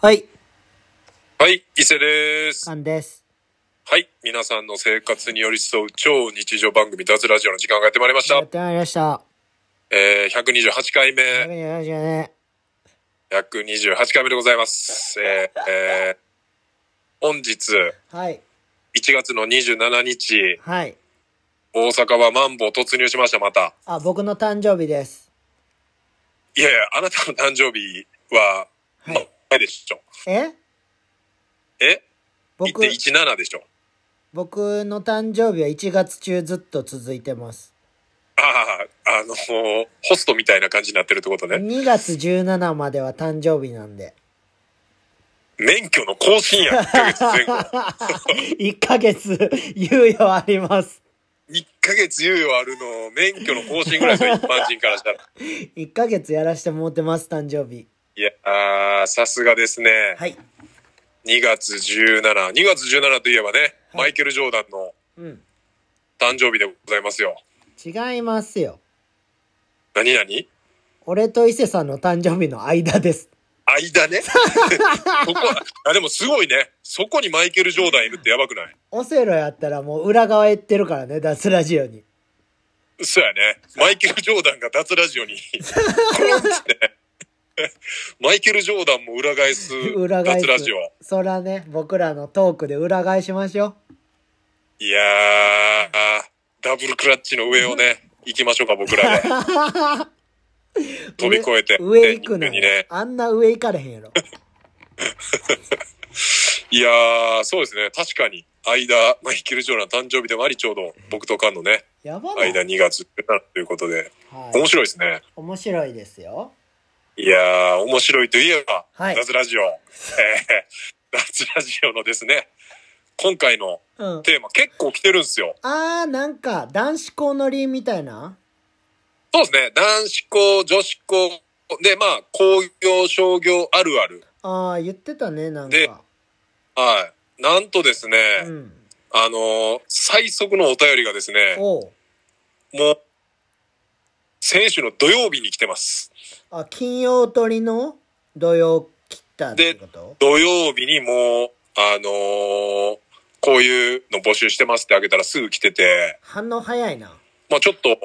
はい、はい、伊勢です。カンです。はい、皆さんの生活に寄り添う超日常番組、脱ラジオの時間がやってまいりましやたっ。てまいりました。えー、128回や目、めよろしくね。 128回目でございます。えー、えー本日、はい、 1月の27日、はい。大阪はマンボウ突入しました、また。あ、僕の誕生日です。いやいや、あなたの誕生日は、はまい。ないでしょ。ええ僕、 ?1.17 でしょ。僕の誕生日は1月中ずっと続いてます。ああ、あのーホストみたいな感じになってるってことね。 2月17までは誕生日なんで。 免許の更新やん、1ヶ月前後。 1ヶ月、 猶予あります。 1ヶ月猶予あるの、免許の更新ぐらいですよ、一般人からし たら。 1ヶ月やらしてもうてます、誕生日。いや、あーさすがですね。はい。 2月17。2月17といえばね、マイケル・ジョーダンのうん。誕生日でございますよ。違いますよ。何々俺と伊勢さんの誕生日の間です。間 ね。そこあ、でもすごいね。そこにマイケル・ジョーダンいるってやばくないオセロやったらもう裏側行ってるからね、脱ラジオに。嘘やね。マイケル・ジョーダンが脱ラジ オに、コロンってね。マイケル・ジョーダンも裏返す裏返す脱ラジオ。そらね僕らのトークで裏返しましょいやー、ダブルクラッチの上をね、行きましょうか、僕 らで。う飛び越えて。上上行くな天よにね。あんな上行かれへんや ろいやー、そうですね。確かに、間、マイケル・ジョーダン誕生日でもあり、ちょうど僕とカンのね、やばない、間2月17ということで、はい面、白いですね。面白いですよいやー、面白いといえば、はい夏ラジオ。えー、夏ラジオのですね、今回のうんテーマ結構来てるんですよ。あーなんか男子校のりみたいなそうですね。男子校、女子校、で、まあ、工業、商業あるある。あー言ってたねなんでかはい。なんとですね、うんあのー最速のお便りがですね、おうもう、先週の土曜日に来てます。あ金曜鳥の土曜切ったってこと土曜日にもう、あのーこういうの募集してますってあげたらすぐ来てて、反応早いなまあちょっと、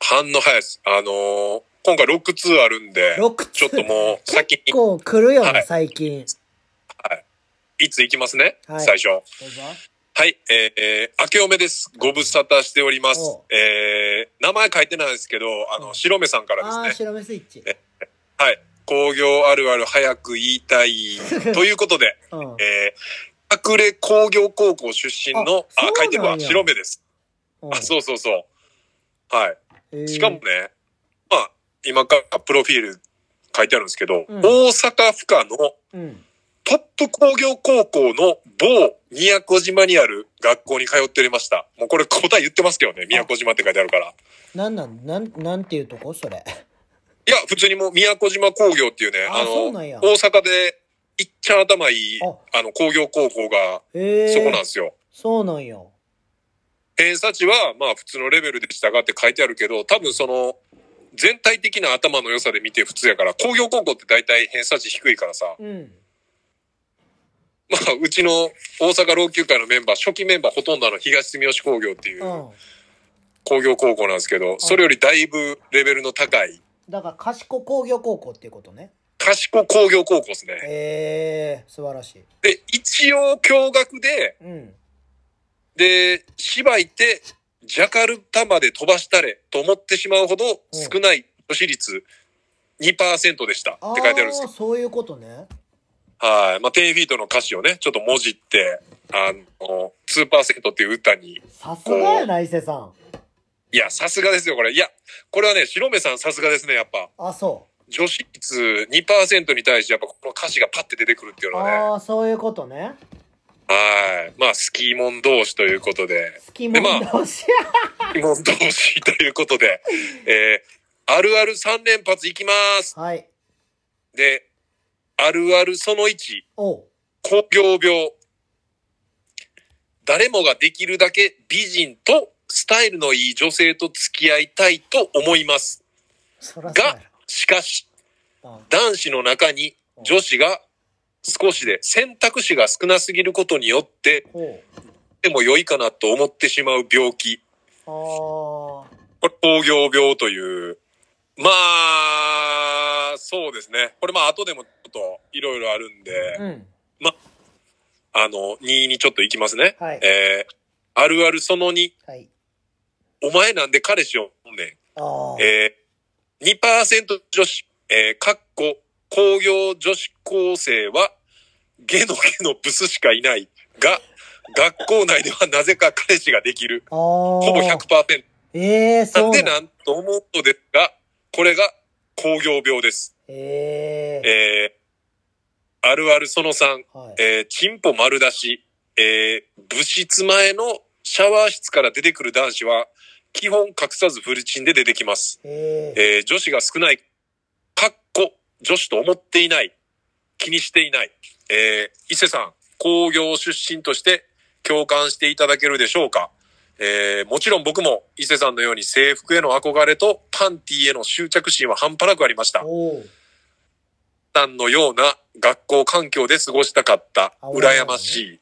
反応早いです。あのー今回6通あるんで、 6ちょっともう先に結、構来るよね、はい最 近いつ行きますね、はい最初。どうぞはい、えーえー明けおめです。ご無沙汰しておりますお。えー名前書いてないですけど、あうんの、白目さんからですあねー、白目スイッチはい。工業あるある早く言い たい。ということで、うんえー、隠れ工業高校出身の、あそあうなんや書いてるわ、白目です。うんあ、そうそうそう。はえーい。しかもね、まあ、今からプロフィール書いてあるんですけど、うん大阪府下のうんトップ工業高校の某宮古島にある学校に通っておりました。もうこれ答え言ってますけどね、宮古島って書いてあるから。なんなん、なん、なんていうとこそれ。いや、普通にもう宮古島工業っていうね、あそあのうなんや、大阪で、いっちゃん頭いい、ああの、工業高校が、ええ そこなんですよ。そうなんよ。偏差値は、まあ、普通のレベルでしたがって書いてあるけど、多分その、全体的な頭の良さで見て普通やから、工業高校って大体偏差値低いからさ、うん。。まあ、うちの大阪老朽会のメンバー、初期メンバーほとんどあの、東住吉工業っていううん工業高校なんですけど、それよりだいぶレベルの高い、だから、賢工業高校っていうことね。賢工業高校ですね。ええ素晴らしい。で、一応共学で、うん。で、芝居って、ジャカルタまで飛ばしたれと思ってしまうほど少ない女子率2%でしたってあ書あいてあるんですー、よ。そういうことね。はい。まあ、10フィートの歌詞をね、ちょっともじって、あの、2%っていう歌に、さすがやな、伊勢さん。いや、さすがですよ、これ。いや、これはね、白目さんさすがですね、やっぱ。あ、そ女子率2%に対して、やっぱこの歌詞がパッて出てくるっていうう。のはね。はああ、そういうことね。い。まあ、スキーモン同士ということ で。好きもでま同士疑問同士ということで、えー、あるある3連発いきます。や。 はい。で、あるあるその1、おう。工業病。誰もができるだけ美人とスタイルのいい女性と付き合いたいと思います。そらそうやが、しかし、ろ。うん男子の中に女子が少しで選択肢が少なすぎることによって、ほでも良いかなと思ってしまう病気。う。ああ。これ、糖尿病という。まあ、そうですね。これまあ、後でもちょっといろいろあるんで、うん。あの、2にちょっと行きますね。はいえー、あるあるその2、はい。お前なんで彼氏をおんねん。ああ。えー、2%女子、えー、かっこ、工業女子高生は、ゲのゲのブスしかいない が、学校内ではなぜか彼氏ができる。ああ。ほほぼ100%。ええー、なそんうでなん。なんと思うのですが、これが工業病です。えええー、あるあるその3、ー。はい。えー、チンポ丸出し、えー、物質前のシャワー室から出てくる男子は、基本隠さずフルチンで出てきます。えええー女子が少ない、かっこ、女子と思っていない、気にしていない、えー伊勢さん、工業出身として共感していただけるでしょうかえーもちろん僕も伊勢さんのように制服への憧れとパンティへの執着心は半端なくありました。おう。さんのような学校環境で過ごしたかった。あ羨ましい。。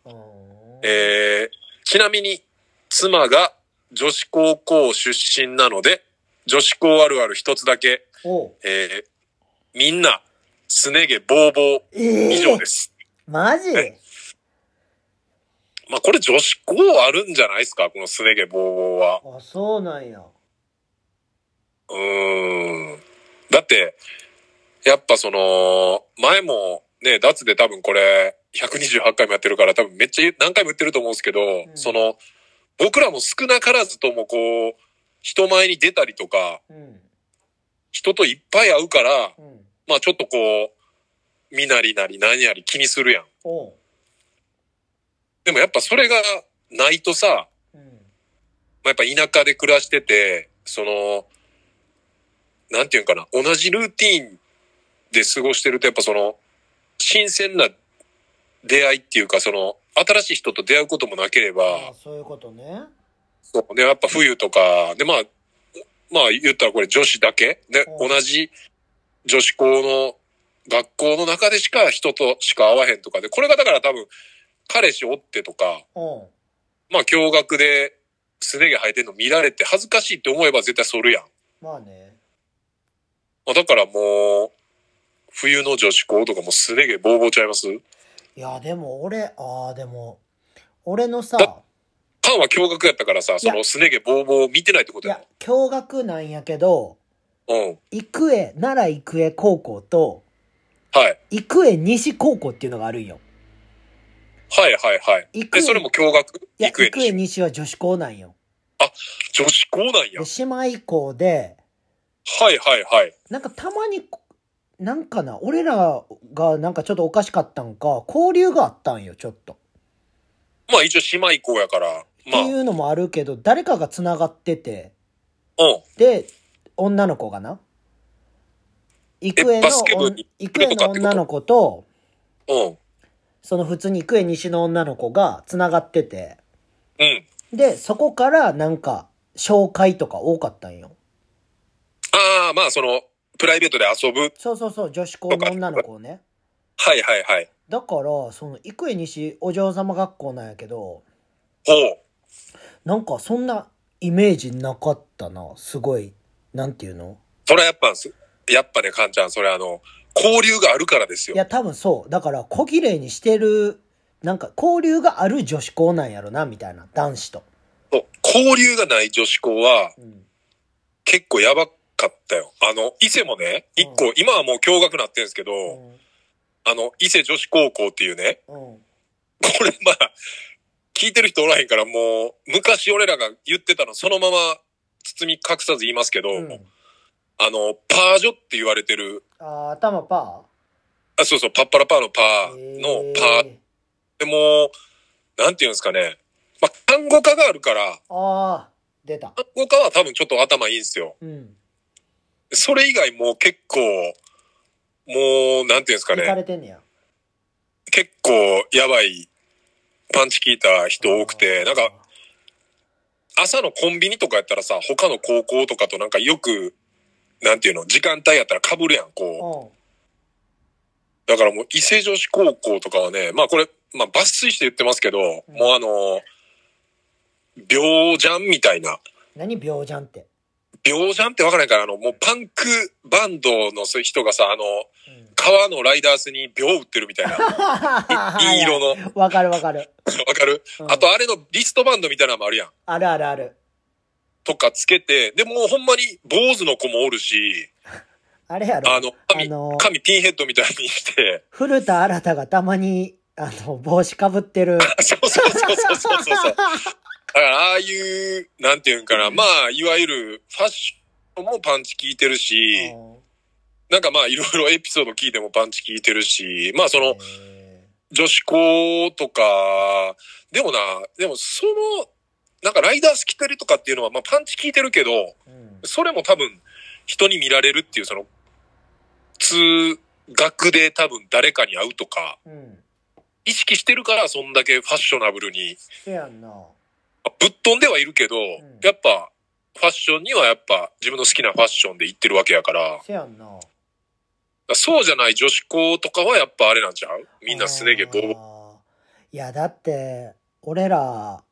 ええーちなみに、妻が女子高校出身なので、女子校あるある一つだけ、ー。おう。えーみんな、すね毛ぼうぼうええ以上です。マジはいまあこれ女子校あるんじゃないですかこのすね毛ぼうぼうは。あ、そうなんや。うーん。だって、やっぱその、前もね、脱で多分これ、128回もやってるから多分めっちゃ何回も言ってると思うんですけど、んその、僕らも少なからずともこう、人前に出たりとか、うん。人といっぱい会うから、うん。まあちょっとこう、身なりなり何やり気にするやん。おう。でもやっぱそれがないとさ、まうん。あ、やっぱ田舎で暮らしてて、その、なんていうんかな、同じルーティーンで過ごしてるとやっぱその、新鮮な出会いっていうか、その、新しい人と出会うこともなければ、ああ、そういうことね。そうね、やっぱ冬とか、でまあ、まあ言ったらこれ女子だけ、ね、うん同じ女子校の学校の中でしか人としか会わへんとかで、これがだから多分、彼氏おってとか、おう。まあ、驚愕で、すね毛生えてんの見られて恥ずかしいって思えば絶対剃るやん。まあね。まあ、だからもう、冬の女子校とかもうすね毛ボーボーちゃいますいや、でも俺、ああ、でも、俺のださ、カンは驚愕やったからさ、そのすね毛ボーボーを見てないってこいとやや、驚愕なんやけど、ろ。うん。育英、奈良育英高校と、はい。育英西高校っていうのがあるんよ。はいはいはい。育で、それも驚愕いや、行育く英西は女子校なんよ。女子校なんで、や。姉妹校で、はいはいはい。なんかたまに、なんかな、俺らがなんかちょっとおかしかったんか、交流があったんよ、ちょっと。まあ一応姉妹校やから、まあ、っていうん。うのもあるけど、誰かが繋がってて、で、女の子がな、育英のバスケ部おんに、育英の女の子と、うん。その普通に育英西の女の子が繋がってて、うん。で、そこからなんか、紹介とか多かったんよ。ああ、まあその、プライベートで遊ぶ。そうそうそう、女子校の女の子をね。はいはいはい。だから、その、幾重西お嬢様学校なんやけど、ほう。なんかそんなイメージなかったな。すごい、なんていうのそれはやっぱす、やっぱね、カンちゃん、それあの、交流があるからですいよ。や、多分そう。だから、小綺麗にしてる、なんか交流がある女子校なんやろな、みたいな。男子と。そう交流がない女子校はうん。結構やばかったよ。あの、伊勢もね、うん一個、今はもう驚愕なってるんですけど、うん。あの、伊勢女子高校っていうね、うん。これまあ、聞いてる人おらへんからもう、昔俺らが言ってたのそのまま包み隠さず言いますけど、うん、あの、パージョって言われてる、あー頭パあ、そうそう、パッパラパーのパーーのパーえでもう、なんていうんですかね、まあ、単語化があるから、ーあー、出た。単語化は多分ちょっと頭いいんですよ。うん。それ以外もう結構、もう、なんていうんですか行かね。れてんねや。結構、やばい、パンチ効いた人多くて、なんか、、朝のコンビニとかやったらさ、他の高校とかとなんかよく、なんていうの、時間帯やったら被るやん、こうだからもう伊勢女子高校とかはね、まあこれ、まあ抜粋して言ってますけど、うんもうあの、秒ジャンみたいな。何秒じゃんって。秒ジャンってわからないから、あの、もうパンクバンドのそういう人がさ、あの、うん川のライダースに秒打ってるみたいな。 いい色の。わかるわかる。わかる、うんあとあれのリストバンドみたいなのもあるやん。あるあるある。とかつけて、でもうほんまに坊主の子もおるし、あれやろ。あの、髪、あの髪ピンヘッドみたいにして、 古田新太がたまに、あの、帽子かぶってる。そうそうそうそうそうそうそう。だからああいう、なんていうんかな、まあ、いわゆるファッションもパンチ効いてるし、なんかまあいろいろエピソード聞いてもパンチ効いてるし、まあそのえ女子校とか、でもな、でもその、なんかライダース着てるとかっていうのは、まあパンチ効いてるけど、ーうんそれも多分人に見られるっていうその通学で多分誰かに会うとかうん。意識してるからそんだけファッショナブルにせやんな。ぶっ飛んではいるけど、んやっぱファッションにはやっぱ自分の好きなファッションで行ってるわけやからだかせやんな。らそうじゃない女子校とかはやっぱあれなんちゃうみんなすね毛ボーボーあーいや、だって、俺ら、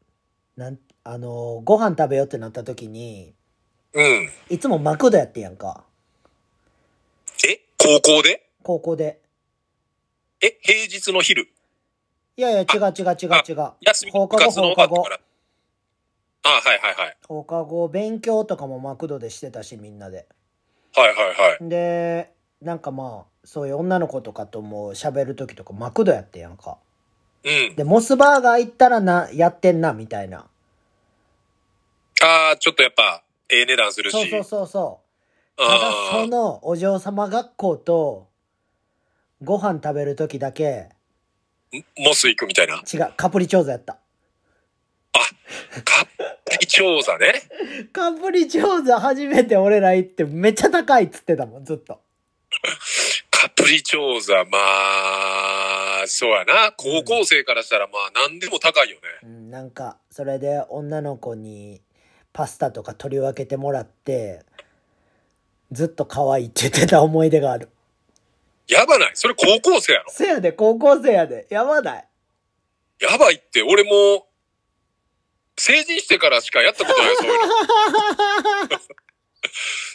なん、あの、ご飯食べようってなった時に、うんいつもマクドやってやんか。え高校で高校で。え平日の昼いやいや、違う違う違う違う。休み放部課後、活の放終わ課った後か。らあはいはいはい放課後、勉強とかもマクドでしてたし、みんなで。はいはいはいはいで、なんかまあ、そういう女の子とかとも喋る時とかマクドやってやんか。うんで、モスバーガー行ったらな、やってんな、みたいな。ああちょっとやっぱええ値段するしそうそうそうそう。ただあそのお嬢様学校とご飯食べる時だけーモス行くみたいな。違うカプリチョーザやったカッピ調査ね。カプリチョーザ初めて俺ら行ってめっちゃ高いっつってたもんずっとカプリ調査、まあ、そうやな。高校生からしたらまあ何でも高いよね。うんなんかそれで女の子にパスタとか取り分けてもらってずっと可愛いって言ってた思い出があるやばない。それ高校生やろ。せやで高校生やでやばないやばいって、俺も、成人してからしかやったことないよ、そうい うの。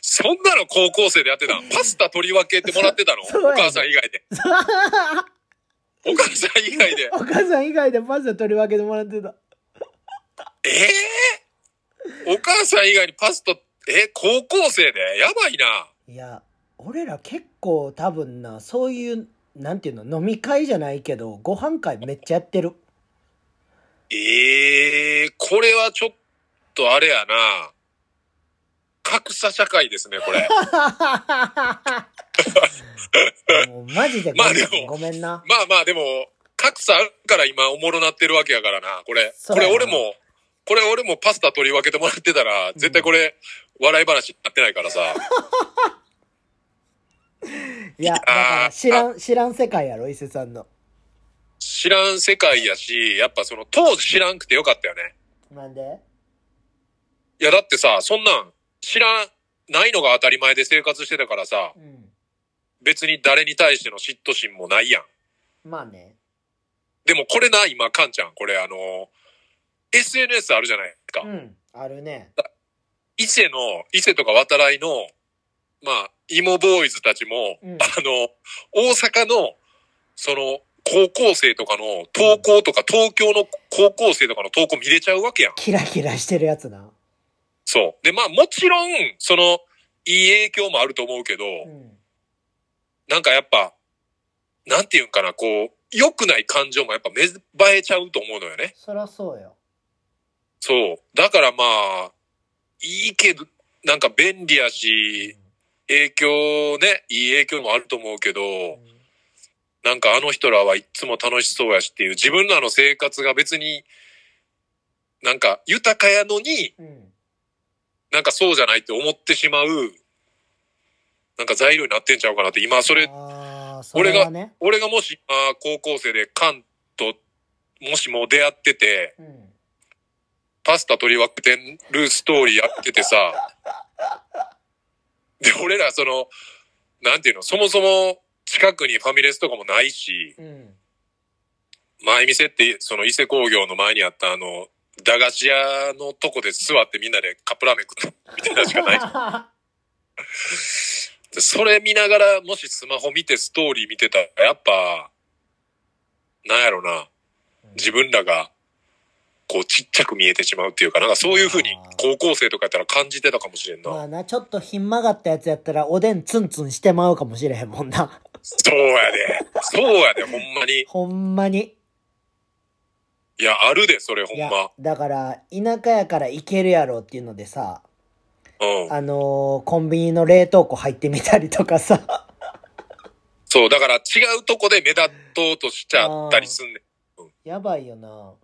そんなの高校生でやってたのパスタ取り分けてもらってたの そうそうおやね母さん以外で。お母さん以 外で。お母さん以外でパスタ取り分けてもらってたええお母さん以外にパスタ、え高校生でやばいな。いや俺ら結構多分なそういうなんていうの飲み会じゃないけどご飯会めっちゃや ってるええこれはちょっとあれやな。格差社会ですね、これ。もうマジでごまめあでんもごめんなまあまあでも、格差あるから今おもろなってるわけやからな。これ、そうこやれな俺も、これ俺もパスタ取り分けてもらってたら、絶対これ、笑い話になってないからさ。いやだから知らん知らん世界やろ伊勢さんの知らん世界やし、やっぱその当時知らんくてよかったよね。なんでいやだってさ、そんなん知らん、ないのが当たり前で生活してたからさ、うん別に誰に対しての嫉妬心もないやん。まあねでもこれな、今、カンちゃん、これあの、SNS あるじゃないですか。うんあるね伊勢の、伊勢とか渡来の、まあ、イモボーイズたちも、うんあの、大阪の、その、高校生とかの投稿とか、東京の高校生とかの投稿見れちゃうわけやん。キラキラしてるやつなそう。で、まあ、もちろん、その、いい影響もあると思うけど、うんなんかやっぱ、なんていうんかな、こう、良くない感情もやっぱ芽生えちゃうと思うのよね。そらそうよそう。だからまあ、いいけど、なんか便利やし、影響ね、いい影響もあると思うけど、うんなんかあの人らはいっつも楽しそうやしっていう、自分らの生活が別に、なんか豊かやのに、うんなんかそうじゃないって思ってしまう、なんか材料になってんちゃうかなって、今それ、あーそれはね俺がもし今高校生でカンと、もしもう出会ってて、うんパスタ取り分けてるストーリーやっててさ、で、俺らその、なんていうの、そもそも近くにファミレスとかもないし、うん。前店って、その伊勢工業の前にあったあの、駄菓子屋のとこで座ってみんなでカップラーメン食ったみたいなのしか ない。でそれ見ながら、もしスマホ見てストーリー見てたら、やっぱ、なんやろな、自分らが、こうちっちゃく見えてしまうっていうか、なんかそういうふうにあー高校生とかやったら感じてたかもしれんな。まあな、ちょっとひん曲がったやつやったら、おでんツンツンしてまうかもしれへんもんな。 そうやで。そうやで、ほんまに。ほんまに。いや、あるで、それほいんやま。、だから、田舎やから行けるやろっていうのでさ、うん。あのーコンビニの冷凍庫入ってみたりとかさ。 そう、だから違うとこで目立とうとしちゃったりすんねやばいよな。ん。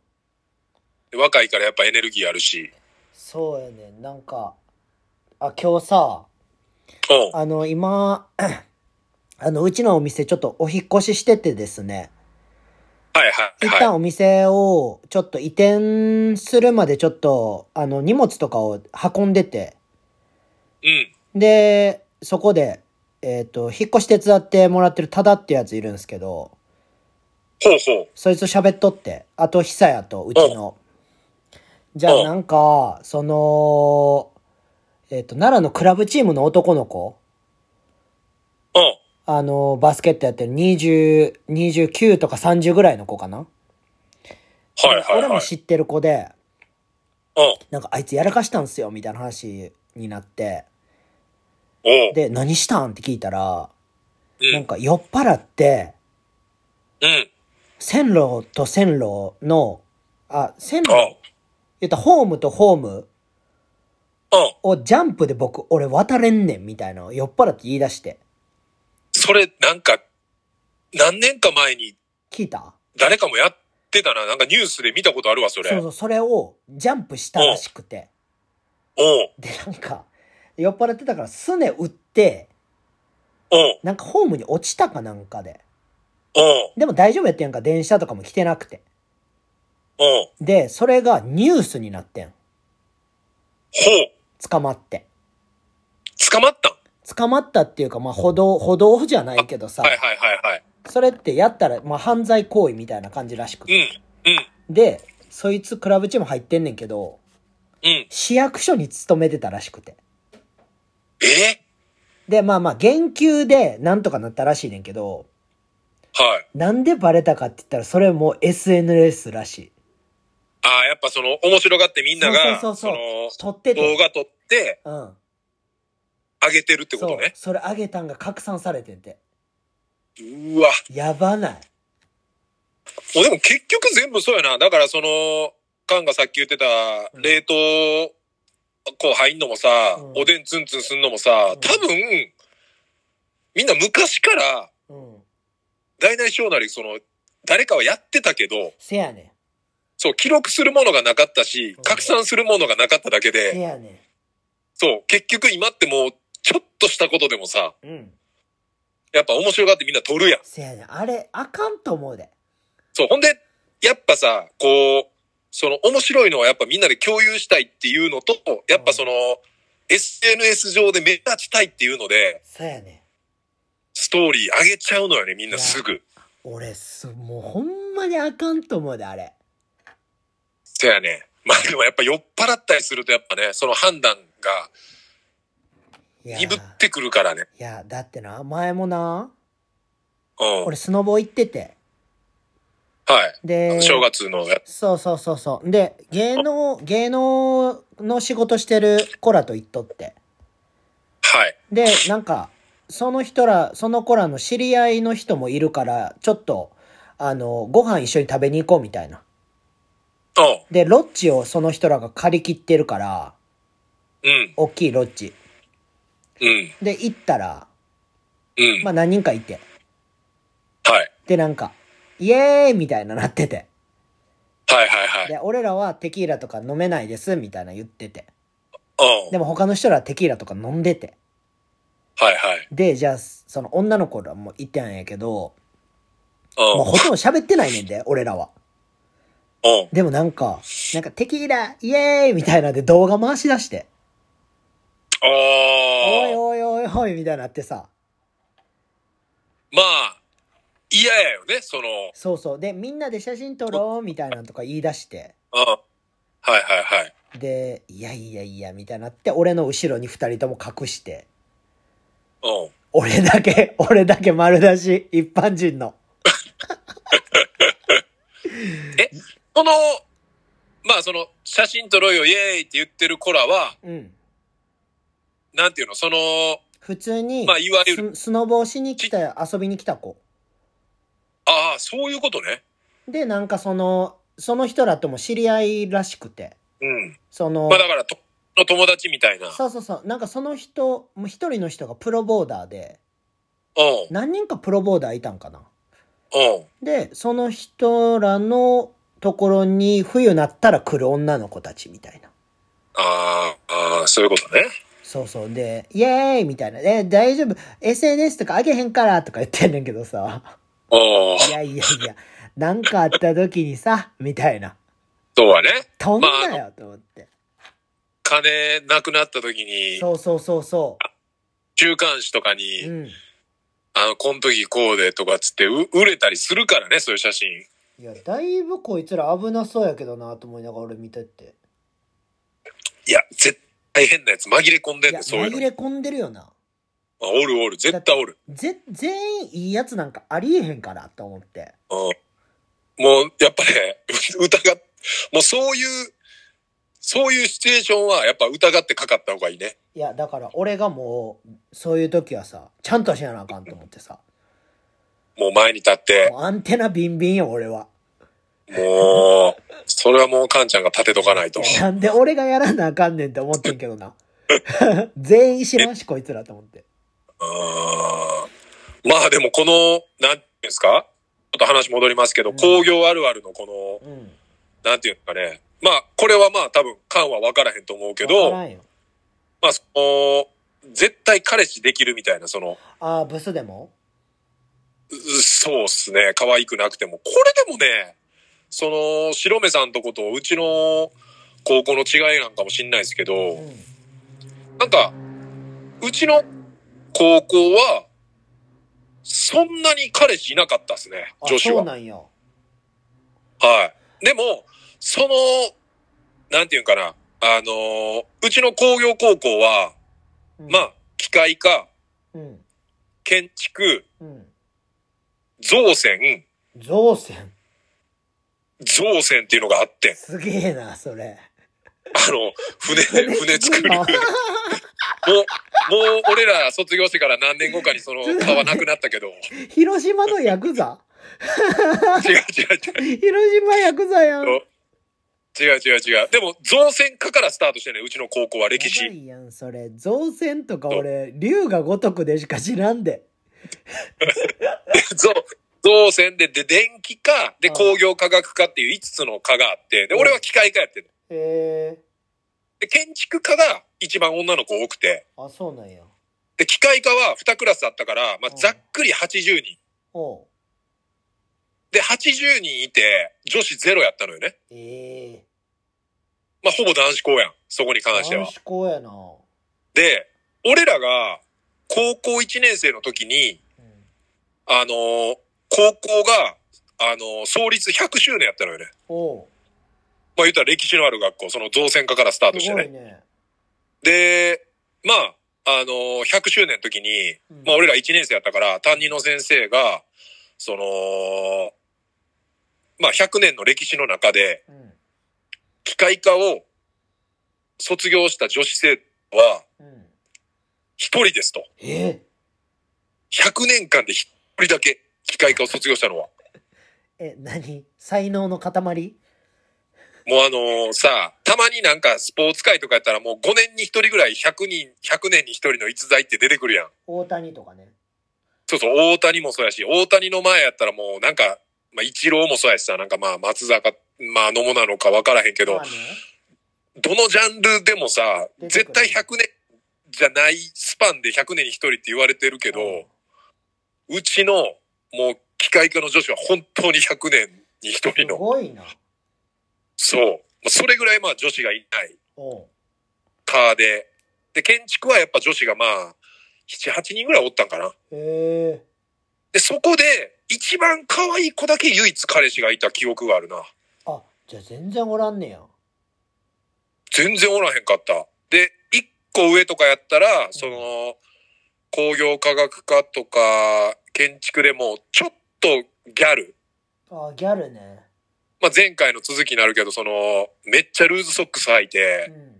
若いからやっぱエネルギーあるし。そうやねんなんか、あ、今日さ、うん。あの、今、 あの、うちのお店ちょっとお引っ越ししててですね、はいはい一はい。旦お店をちょっと移転するまでちょっと、あの、荷物とかを運んでて、うん。で、そこで、えっ、と、引っ越し手伝ってもらってるタダってやついるんですけど、ほうほう。そいつと喋っとって、あと、久やと、うちの。じゃあ、うんなんか、その、えっ、と、奈良のクラブチームの男の子、うん。あの、バスケットやってる20、29とか30ぐらいの子かなはいはい俺はもい。知ってる子で、うん。なんかあいつやらかしたんすよ、みたいな話になって、おう。で、何したんって聞いたら、うんなんか酔っ払って、うん。線路と線路の、あ、線路う、ん。言ったらホームとホームうん。をジャンプで僕、俺渡れんねん、みたいなのを酔っ払って言い出して、それ、なんか、何年か前に聞いた誰かもやってたな。なんかニュースで見たことあるわ、それ。そうそう、それをジャンプしたらしくて、おう。で、なんか、酔っ払ってたから、すね打って、おう。なんかホームに落ちたかなんかで。おう。でも大丈夫やってんか、電車とかも来てなくて。おう。で、それがニュースになってん。ほう。捕まって。捕まったん捕まったっていうか、まあ、歩道、歩道じゃないけどさ、はいはいはいはい。それってやったら、まあ、犯罪行為みたいな感じらしくて。うん。うん。で、そいつクラブチーム入ってんねんけど、うん。市役所に勤めてたらしくて。えで、まあまあ、減給でなんとかなったらしいねんけど、はい。なんでバレたかって言ったら、それも SNS らしい。ああ、やっぱその、面白がってみんなが、そうそうそうそ撮っての、て。動画撮って、うん。っ上げてるってことね。そう、それあげたんが拡散されてんて。うわ。やばない。もうでも結局全部そうやな。だからその、カンがさっき言ってた、うん冷凍、こう入んのもさ、うんおでんツンツンすんのもさう、ん多分、みんな昔から、うん。大内小なり、その、誰かはやってたけど、せやねそう、記録するものがなかったしうん、拡散するものがなかっただけん。せで、やねそう、結局今ってもう、ちょっとしたことでもさ、ん。うん。やっぱ面白がってみんな撮るやん。せやねん。あれ、あかんと思うで。そう、ほんで、やっぱさ、こう、その面白いのはやっぱみんなで共有したいっていうのと、やっぱその、SNS 上で目立ちたいっていうので、せやねん。ストーリー上げちゃうのよね、みんなすぐ。俺、す、もうほんまにあかんと思うで、あれ。そうやね。まあでもやっぱ酔っ払ったりするとやっぱね、その判断がいや。鈍ってくるからね。いや、だってな、前もな、うん。はい俺スノボ行ってて。。あでの、正月のや、そうそうそうそう。で、芸能、芸能の仕事してる子らと行っとって。はい。で、なんか、その人ら、その子らの知り合いの人もいるから、ちょっと、あの、ご飯一緒に食べに行こうみたいな。で、ロッジをその人らが借り切ってるから、うん。うん。大きいロッジ。うん。で、行ったら、うん。まあ何人かいて。はい。で、なんか、イエーイみたいななってて。はいはいはい。で、俺らはテキーラとか飲めないです、みたいな言ってて。うん。でも他の人らはテキーラとか飲んでて。はいはい。で、じゃあ、その女の子らも行ってたんやけど、もううほとんど喋ってないねんで、俺らは。ん。うん。でもなんか、なんかテキーラ、イエーイみたいなんで動画回し出して、おいああ。おいおいおいみたいになってさ、まあ、嫌やよね、その、そうそう。で、みんなで写真撮ろうみたいなのとか言い出して。うん。はいはいはい。で、いやいやいや、みたいになって、俺の後ろに二人とも隠して。うん。俺だけ、 俺だけ丸出し、一般人の。この、まあその、写真撮ろうよ、イエーイって言ってる子らは、うん。なんていうの、その、普通に、まあいわゆる、ススノボをしに来た、遊びに来た子。ああ、そういうことね。で、なんかその、その人らとも知り合いらしくて、うん。その、まあだから、と、の友達みたいな。うん。そうそうそう、なんかその人、もう一人の人がプロボーダーで、う何人かプロボーダーいたんかな。ん。で、その人らのところに冬なったら来る女の子たちみたいな。あーあー、そういうことね。そうそう。で、イエーイみたいな。え、大丈夫 ?SNS とかあげへんからとか言ってんねんけどさ。おお、いやいやいや、なんかあった時にさ、みたいな。そうはね。飛んまなあよと思って。金なくなった時に、そうそうそうそ週刊誌とかう。に、うん。あの、この時こうでとかっつって、う売れたりするからね、そういう写真。いや、だいぶこいつら危なそうやけどなと思いながら俺見てって。いや、絶対変なやつ紛れ込んでんいねや、ん、そういう紛の。れ込んでるよな。あおるおる、絶対おる。ぜ、全員いいやつなんかありえへんからと思って。うん。もう、やっぱね、 う疑っ、もうそういう、そういうシチュエーションは、やっぱ疑ってかかった方がいいね。いや、だから俺がもう、そういう時はさ、ちゃんとしなあかんと思ってさ。もう前に立って、もうアンテナビンビンよ、俺は。もう、それはもうカンちゃんが立てとかないと。いやなんで俺がやらなあかんねんって思ってんけどな。 全員知らんし、こいつらと思って。うんまあでもこの、なんていうんですかちょっと話戻りますけど、うん工業あるあるのこの、うん。なんていうんですかね。まあ、これはまあ多分、カンは分からへんと思うけわどか、らんよまあ、その、絶対彼氏できるみたいな、その、ああ、ブスでもうそうっすね。可愛くなくても。これでもね、その、白目さんとこと、うちの高校の違いなんかもしんないですけうど、ん。なんか、うちの高校は、そんなに彼氏いなかったですね、あ、女子そうは。なんよ。はい。でも、その、なんていうんかな、あのーうちの工業高校は、うんまあ、機械科、うん。建築、うん。造船、造船。造船っていうのがあって、すげえな、それ。あの、船、 船作る。もあう、もう俺ら卒業してから何年後かにその差はなくなったけど、違 う広島のヤクザ違う違う。広島ヤクザやん。違う違う違う。でも、造船科からスタートしてね、うちの高校は歴やば史。いやん、それ。造船とか俺、竜が如くでしか知らんで。造造船で、で、電気科、で、うん工業科学科っていう5つの科があって、で、うん俺は機械科やってる。へえで、建築科が一番女の子多くて、あ、そうなんや。で、機械科は2クラスあったから、まあう、んざっくり80人。おう。で、80人いて、女子ゼロやったのよね。ええまあ、ほぼ男子校やん。そこに関しては男。子校やな。うで、俺らが高校1年生の時に、んあのー高校が、あのー創立100周年やったのよね。おう。まあ言ったら歴史のある学校、その造船科からスタートしすてごね。いね。で、まあ、あのー100周年の時に、うんまあ俺ら1年生やったから、担任の先生が、その、まあ100年の歴史の中で、うん。機械科を卒業した女子生徒はうん。 1人ですと。え100年間で1人だけ機械科を卒業したのは。え、何才能の塊もうあのーさ、たまになんかスポーツ界とかやったらもう5年に1人ぐらい100人、100年に1人の逸材って出てくるやん。大谷とかね。そうそう、大谷もそうやし、大谷の前やったらもうなんか、まあ一郎もそうやしさ、なんかまあ松坂、まあ野茂なのかわからへんけどまあ、ね。どのジャンルでもさ、出て絶くる対100年じゃないスパンで100年に1人って言われてるけど、うちのもう機械科の女子は本当に100年に1す人の、ごいな。そう。まあそれぐらいまあ女子がいない。おう。カーで。で、建築はやっぱ女子がまあ、7、8人ぐらいおったんかな。ええで、そこで、一番可愛い子だけ唯一彼氏がいた記憶があるな。あ、じゃあ全然おらんねや。全然おらへんかった。で、一個上とかやったら、その、工業科学科とか、建築でも、ちょっとギャル。あ、ギャルね。まあ、前回の続きになるけど、その、めっちゃルーズソックス履いうて、ん。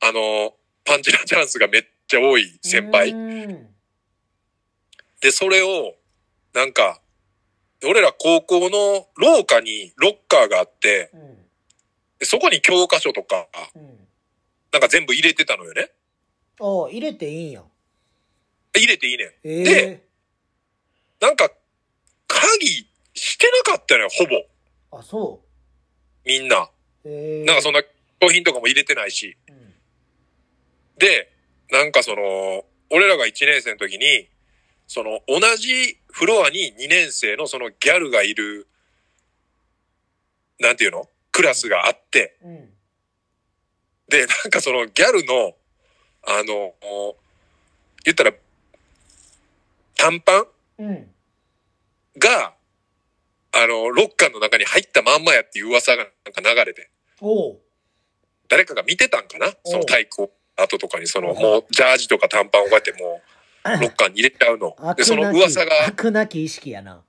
あの、パンチラチャンスがめっちゃ多い先輩う。ん。で、それを、なんか、俺ら高校の廊下にロッカーがあって、うん。でそこに教科書とか、うん。なんか全部入れてたのよね。あ、入れていいんや。入れていいねん。えでなんか、鍵してなかったのよ、ほぼ。ー、あ、そみんな。う。えー、なんかそんな、商品とかも入れてないし。うん。で、なんかその、俺らが1年生の時に、その、同じフロアに2年生のそのギャルがいる、なんていうのクラスがあって、うん。で、なんかそのギャルの、あの、言ったら、短パンうん。が、あの、ロッカーの中に入ったまんまやっていう噂がなんか流れて、おう。誰かが見てたんかなその体育後とかに、その、おうもう、ジャージとか短パンをこうやってもう、ロッカーに入れちゃうの。 で、その噂が、 悪なき意識やな。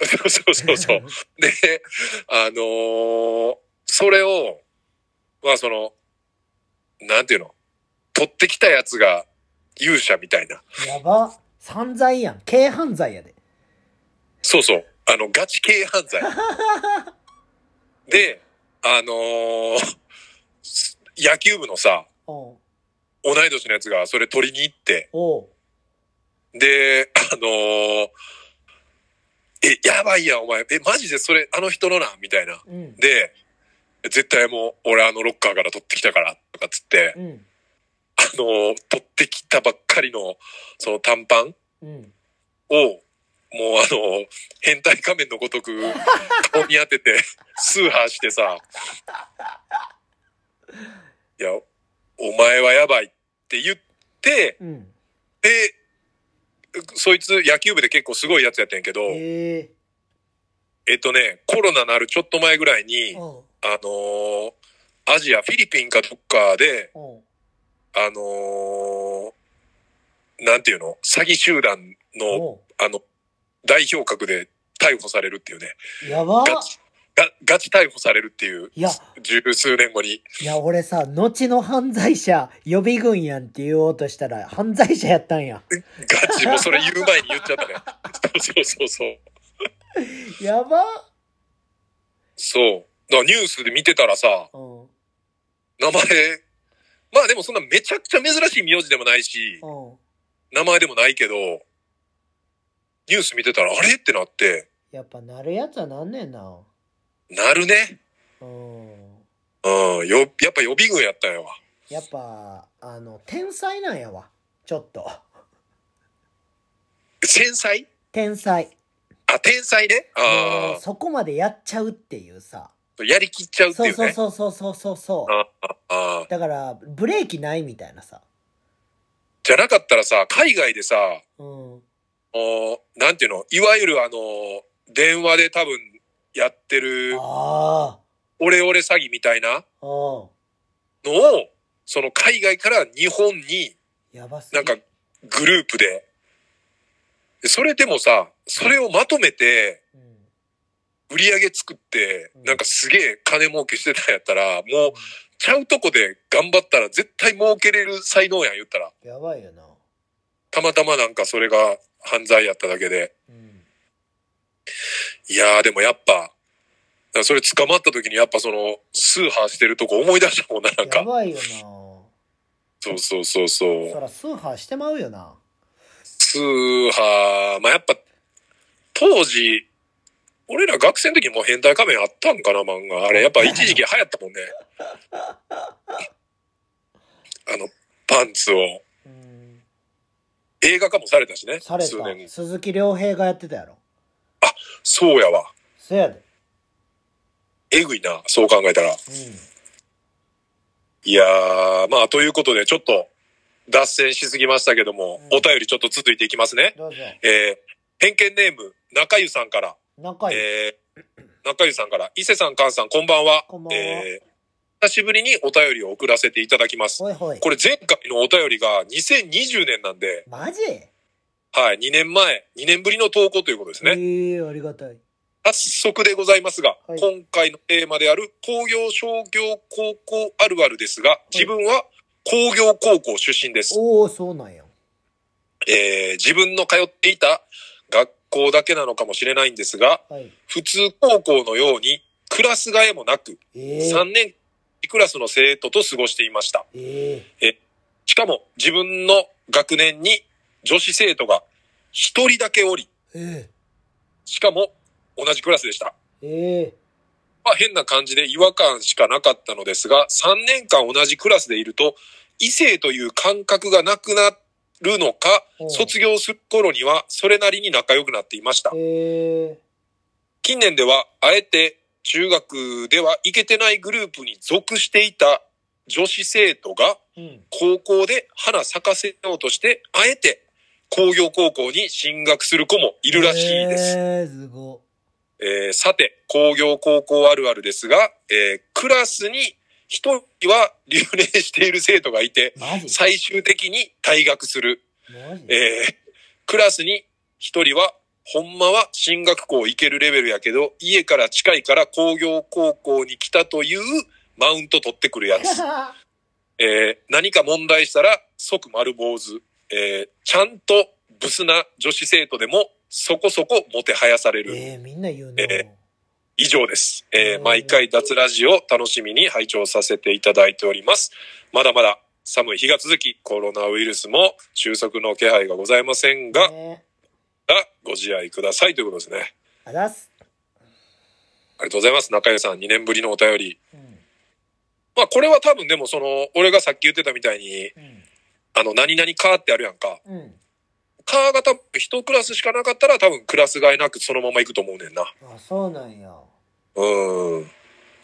そうそうそうそう。で、あのーそれを、まあその、なんていうの取ってきたやつが勇者みたいな。 やば。散財やん。軽犯罪やで。そうそう。あの、ガチ系犯罪。で、あのー す野球部のさ、おう。同い年のやつがそれ取りに行って、おう。で、あのーえ、やばいやん、お前。え、マジでそれ、あの人のな、みたいな。うん。で、絶対もう、俺あのロッカーから取ってきたから、とかっつって、うん。あのー取ってきたばっかりの、その短パンうん。を、もうあの、変態仮面のごとく、顔に当て て、スーハーしてさ、いや、お前はやばいって言って、うん。で、そいつ野球部で結構すごいやつやってんけど、ええっとね、コロナなるちょっと前ぐらいにー。、おう。あのーアジア、フィリピンかどっかで、おう。あのーなんていうの詐欺集団の、おう。あの、代表格で逮捕されるっていうね。やば。ガチ、がガチ逮捕されるっていう、いや、十数年後に。いや、俺さ、後の犯罪者予備軍やんって言おうとしたら、犯罪者やったんや。ガチ、もうそれ言う前に言っちゃったね。 そうそうそう。やば。そう。だからニュースで見てたらさ、うん。うん。名前、まあでもそんなめちゃくちゃ珍しい名字でもないし、名前でもないけど、ニュース見てたらあれってなって、やっぱなるやつはなんねんな。なるね。うん。うん、よ、やっぱ予備軍やったんやわ。やっぱ、あの、天才なんやわ。ちょっと。繊細天才。あ、天才ね。もあうそこまでやっちゃうっていうさ。あ、やりきっちゃうってそいううそうね。そうそうそうそうそう。ああああだから、ブレーキないみたいなさ。じゃなかったらさ、海外でさ、うん。おなんていうのいわゆるあの電話で多分やってるあオレオレ詐欺みたいなあ。うん。のをその海外から日本にやばすぎなんかグループででそれでもさそれをまとめてうん。売り上げ作ってうんなんかすげえ金儲けしてたんやったらもうちゃうとこで頑張ったら絶対儲けれる才能やん言ったらやばいよな。たまたまなんかそれが犯罪やっただけでうん。いやーでもやっぱ、だからそれ捕まった時にやっぱその、スーハーしてるとこ思い出したもんな、なんやか。ばいよな。そうそうそうそ。そうらスーハーしてまうよなスーハー、まあ、やっぱ、当時、俺ら学生の時もう変態仮面あったんかな、漫画。あれ、やっぱ一時期流行ったも んね。あの、パンツを。うん映画化もされたしね。され数年後た鈴木亮平がやってたやろそうやわ。そやでえぐいな、そう考えたら。いやー、まあ、ということで、ちょっと、脱線しすぎましたけども、うんお便りちょっと続いていきますねう。んどうぞえー偏見ネーム、中湯さんから、仲良い。えー中湯さんから、伊勢さん、菅さん、こんばんは。こんばんはえー久しぶりにお便りを送らせていただきます。ほいほい。これ前回のお便りが2020年なんで、マジはい、2年前、2年ぶりの投稿ということですね。ええありがたい。早速でございますが、はい今回のテーマである工業商業高校あるあるですが、自分は工業高校出身です。おおそうなんや。えー自分の通っていた学校だけなのかもしれないんですが、はい。普通高校のようにクラス替えもなく、ええ3年クラスの生徒と過ごしていました。ええしかも自分の学年に女子生徒が1人だけおり、えしかも同じクラスでした。えええまあ、変な感じで違和感しかなかったのですが、3年間同じクラスでいると、異性という感覚がなくなるのか、うん卒業する頃にはそれなりに仲良くなっていました。ええ近年では、あえて中学では行けてないグループに属していた女子生徒が、うん。高校で花咲かせようとして、あえて工業高校に進学する子もいるらしいです。ええすご。えーさて、工業高校あるあるですが、えークラスに一人は留年している生徒がいて、マジ最終的に退学する。マジえークラスに一人は、ほんまは進学校行けるレベルやけど、家から近いから工業高校に来たというマウント取ってくる やつ。えー何か問題したら即丸坊主。えーちゃんとブスな女子生徒でもそこそこもてはやされる。 ええみんな言うな。え以上です。えーうん毎回脱ラジを楽しみに拝聴させていただいております。まだまだ寒い日が続き、コロナウイルスも収束の気配がございませんが、ねご自愛くださいということですね。あざっす。ありがとうございます。中谷さん、2年ぶりのお便り。うん。まあ、これは多分でもその、俺がさっき言ってたみたいに、うん。あの、何々カーってあるやんか。うん。カーが多分1クラスしかなかったら多分クラス替えなくそのまま行くと思うねんな。あ、そうなんや。うん。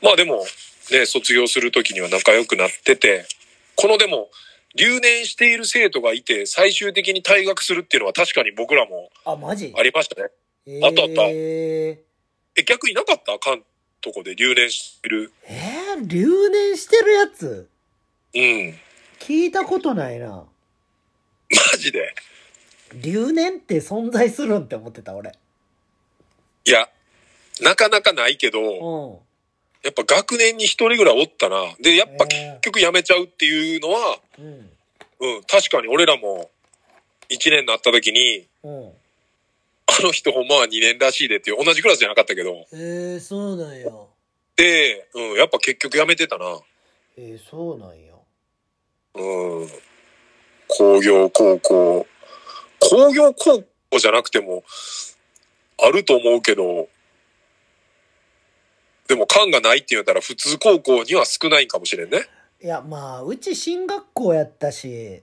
まあでも、ね、卒業するときには仲良くなってて、このでも、留年している生徒がいて、最終的に退学するっていうのは確かに僕らもあ、マジありましたね。えあったあったええ、逆になかったかんとこで留年してる。えー留年してるやつうん。聞いたことないな。マジで。留年って存在するんって思ってた、俺。いや、なかなかないけうど、ん。やっぱ学年に一人ぐらいおったな。で、やっぱえー結局辞めちゃうっていうのは、うん。うん、確かに俺らも、一年になった時に、うん。あの人ほんまは2年らしいでっていう、同じクラスじゃなかったけど、ええそうなんや。で、うん、やっぱ結局やめてたな。ええそうなんや。うん。工業高校。工業高校じゃなくても、あると思うけど、でも感がないって言うたら普通高校には少ないんかもしれんね。いや、まあ、うち進学校やったし、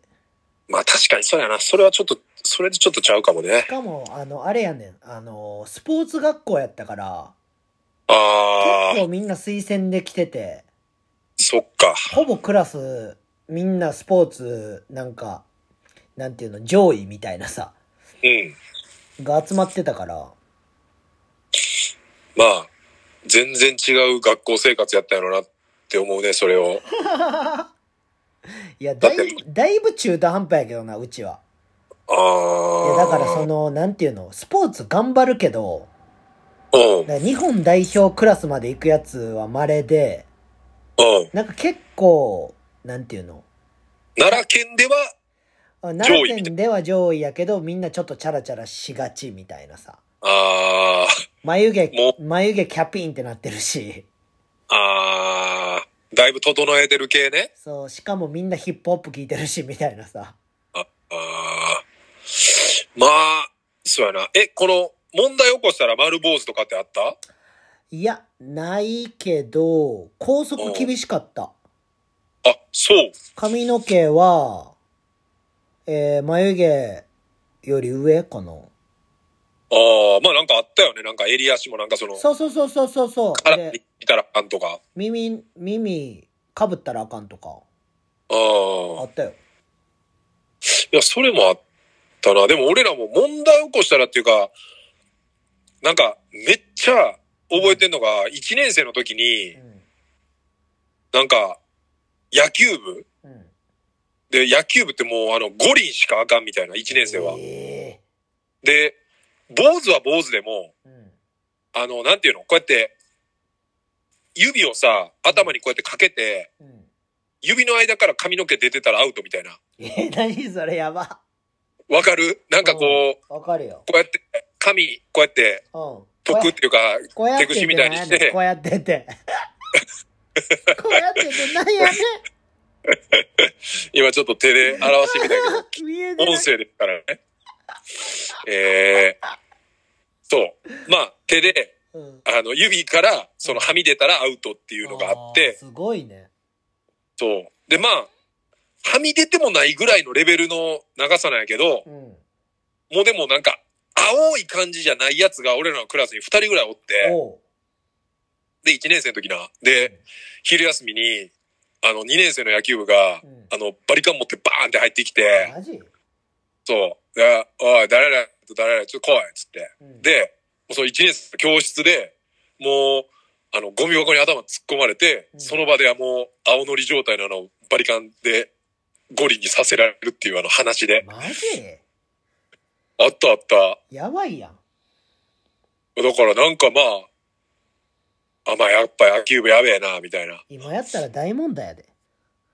まあ確かにそうやな。それはちょっと、それでちょっとちゃうかもねし。かも、あの、あれやねん、あの、スポーツ学校やったから、あ結ー、構みんな推薦で来てて、そっか。ほぼクラス、みんなスポーツ、なんか、なんていうの、上位みたいなさ、うん。が集まってたから、まあ、全然違う学校生活やったんやろなって思うね、それを。いや、だいだってぶ、だいぶ中途半端やけどな、うちは。あいー。や、だからその、なんていうの、スポーツ頑張るけど、うん、だから日本代表クラスまで行くやつは稀で、うん。なんか結構、なんていうの、奈良県では奈良上位みた県では上位やけど、みんなちょっとチャラチャラしがちみたいなさ。あ眉毛も、眉毛キャピーンってなってるし。 あ、ああ、だいぶ整えてる系ね。そう、しかもみんなヒップホップ聞いてるし、みたいなさ。ああ。まあ、そうやな。え、この、問題起こしたら丸坊主とかってあったいや、ないけど、校則厳しかった。あ、そう。髪の毛は、えー、眉毛より上かな。ああ、まあなんかあったよね。なんか襟足もなんかその、そうそうそうそうそうそう。腹にで、いたらあんとか。耳、耳、かぶったらあかんとか。あああ。ったよ。いや、それもあっったな。でも俺らも問題起こしたらっていうか、なんかめっちゃ覚えてんのが、1年生の時に、なんか野球部うん。うん。で、野球部ってもうあの五輪しかあかんみたいな、1年生は。えで、坊主は坊主でも、えあの、なんていうのこうやって、指をさ、頭にこうやってかけて、うん。うん。指の間から髪の毛出てたらアウトみたいな。え、何それやば。わかるなんかこう、わかるよ。こうやって、髪、こうやって、うん。こ得っていうか、うやってって手口みたいにして何こうやって って。こうやってってなんやね今ちょっと手で表してみたけん。見えてど、ない音。声ですからね。えー、そう。まあ、手で、うんあの、指から、その、はみ出たらアウトっていうのがあっーて、すごいね。そう。で、まあ、はみ出てもないぐらいのレベルの長さなんやけどう、ん。もうでもなんか、青い感じじゃないやつが俺らのクラスに2人ぐらいおって、おう。で、1年生の時な。で、昼休みに、あの、2年生の野球部がう、んあの、バリカン持ってバーンって入ってきて、マジそう、で、おい、誰々と誰々、ちょっと来い、つって。うん、で、もうその1年生の教室で、もう、あの、ゴミ箱に頭突っ込まれて、うんその場ではもう、青のり状態のあの、バリカンで、ゴリにさせられるっていうあの話で、マジあったあった。やばいやん。だからなんかまあ、あ、まあやっぱ野球部やべえな、みたいな。い今やったら大問題やで。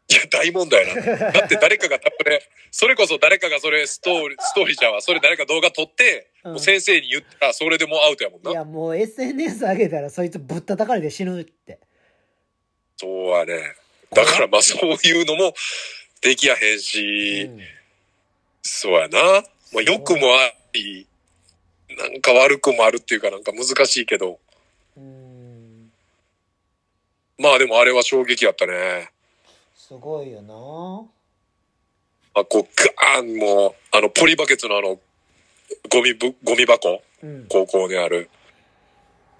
や、大問題な。だって誰かが、これ、それこそ誰かがそれスト ーリー、ストーリーじゃんわ。それ誰か動画撮って、うんもう先生に言ったら、それでもうアウトやもんいな。や、もう SNS 上げたらそいつぶったたかれて死ぬって。そうはね。だからまあそういうのもできやへんし、うんそうやな。まあ良くもあり、なんか悪くもあるっていうかなんか難しいけど、うーん。まあでもあれは衝撃やったね。すごいよな。まあこうガーンもう、あのポリバケツのあの、ゴミぶ、ゴミ箱、うん。高校にある、